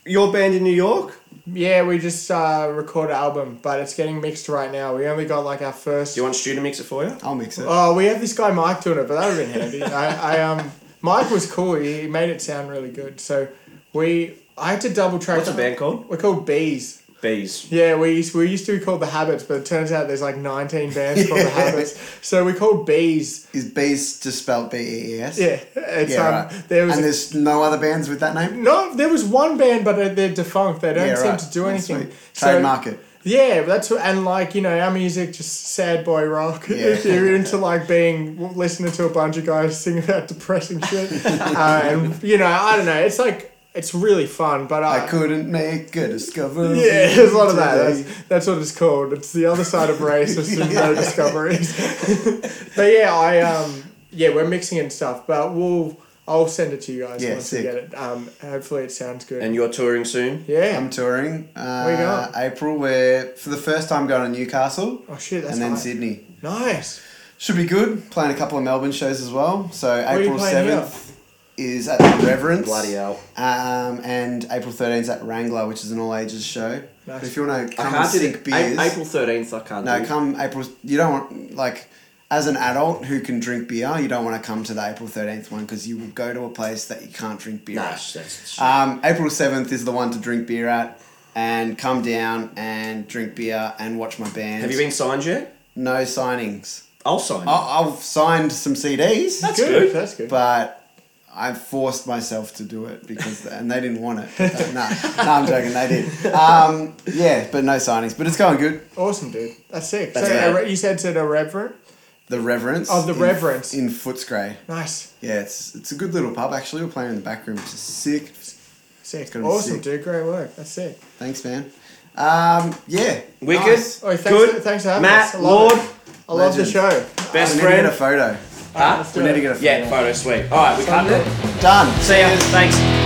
A: your band in New York?
C: Yeah, we just uh, recorded an album, but it's getting mixed right now. We only got like our first.
A: Do you want Stu to mix it for you?
B: I'll mix it.
C: Oh, we have this guy Mike doing it, but that would have been handy. I, I um, Mike was cool. He made it sound really good. So we, I had to double track.
A: What's the band called?
C: We're called Bees.
A: Bees.
C: Yeah, we used, we used to be called the Habits, but it turns out there's like 19 bands called
B: (laughs)
C: the Habits. So we called Bees.
B: Is Bees just spelled B E E S?
C: Yeah, it's
B: Yeah,
C: um,
B: right.
C: there was
B: and
C: a-
B: there's no other bands with that name.
C: no, there was one band, but uh, they're defunct. They don't
B: yeah,
C: seem
B: right.
C: to do
B: That's
C: anything.
B: sweet.
C: So-
B: Trademark it.
C: Yeah, that's what, and like you know our music just sad boy rock. if (laughs)
B: Yeah.
C: you're into like being listening to a bunch of guys sing about depressing shit,
B: (laughs)
C: uh, and you know I don't know, it's like it's really fun. But I,
B: I couldn't make a discovery.
C: uh, (laughs) yeah, there's a lot of that.
B: today.
C: That's, that's what it's called. It's the other side of racist
B: (laughs)
C: and no discoveries. (laughs) but yeah, I um yeah we're mixing and stuff, but we'll I'll send it to you guys
B: Yeah,
C: once
B: sick.
C: we get it. Um, hopefully it sounds good.
A: And you're touring soon.
C: yeah.
B: I'm touring. Uh,
C: Where you going?
B: April. We're for the first time going to Newcastle
C: oh shit, that's
B: and then
C: nice.
B: Sydney.
C: nice.
B: Should be good. Playing a couple of Melbourne shows as well. So
C: are you
B: April
C: playing here?
B: seventh is at the Reverence.
A: Bloody hell.
B: Um, and April 13th is at Wrangler, which is an all ages show. But if you want to come
A: I
B: and
A: can't do
B: sink
A: the,
B: beers,
A: A- April thirteenth. I can't.
B: no,
A: do.
B: come April. You don't want like as an adult who can drink beer, you don't want to come to the April 13th one because you will go to a place that you can't drink beer.
A: Nah,
B: at.
A: that's, that's
B: Um, April 7th is the one to drink beer at. And come down and drink beer and watch my band.
A: Have you been signed yet?
B: No signings.
A: I'll sign. you.
B: I- I've signed some CDs,
A: That's good.
C: That's good.
B: but I forced myself to do it because, and they didn't want it. (laughs) But no, no, I'm joking. They did. Um, yeah, but no signings. But it's going good.
C: Awesome, dude. That's sick.
A: That's
C: so
A: rad.
C: irre- you said said irreverent.
B: The Reverence.
C: Of Oh, the
B: in-
C: Reverence.
B: in Footscray.
C: Nice,
B: Yeah, it's it's a good little pub actually. We're playing in the back room. It's sick.
C: sick,
B: gonna be
C: awesome,
B: sick.
C: dude. Great work. That's sick.
B: Thanks, man. Um, yeah.
A: Wicked.
C: Nice. Oh, thanks
A: good.
C: for- thanks for having
A: Matt,
C: us. I love
A: Lord,
C: it. I love the
B: Legend.
C: show.
A: best
B: Oh, we need to
A: friend.
B: get a photo.
A: Huh?
B: We need to get a photo.
A: Yeah, photo sweet. All right, we cut it.
B: Done.
A: See ya. Thanks.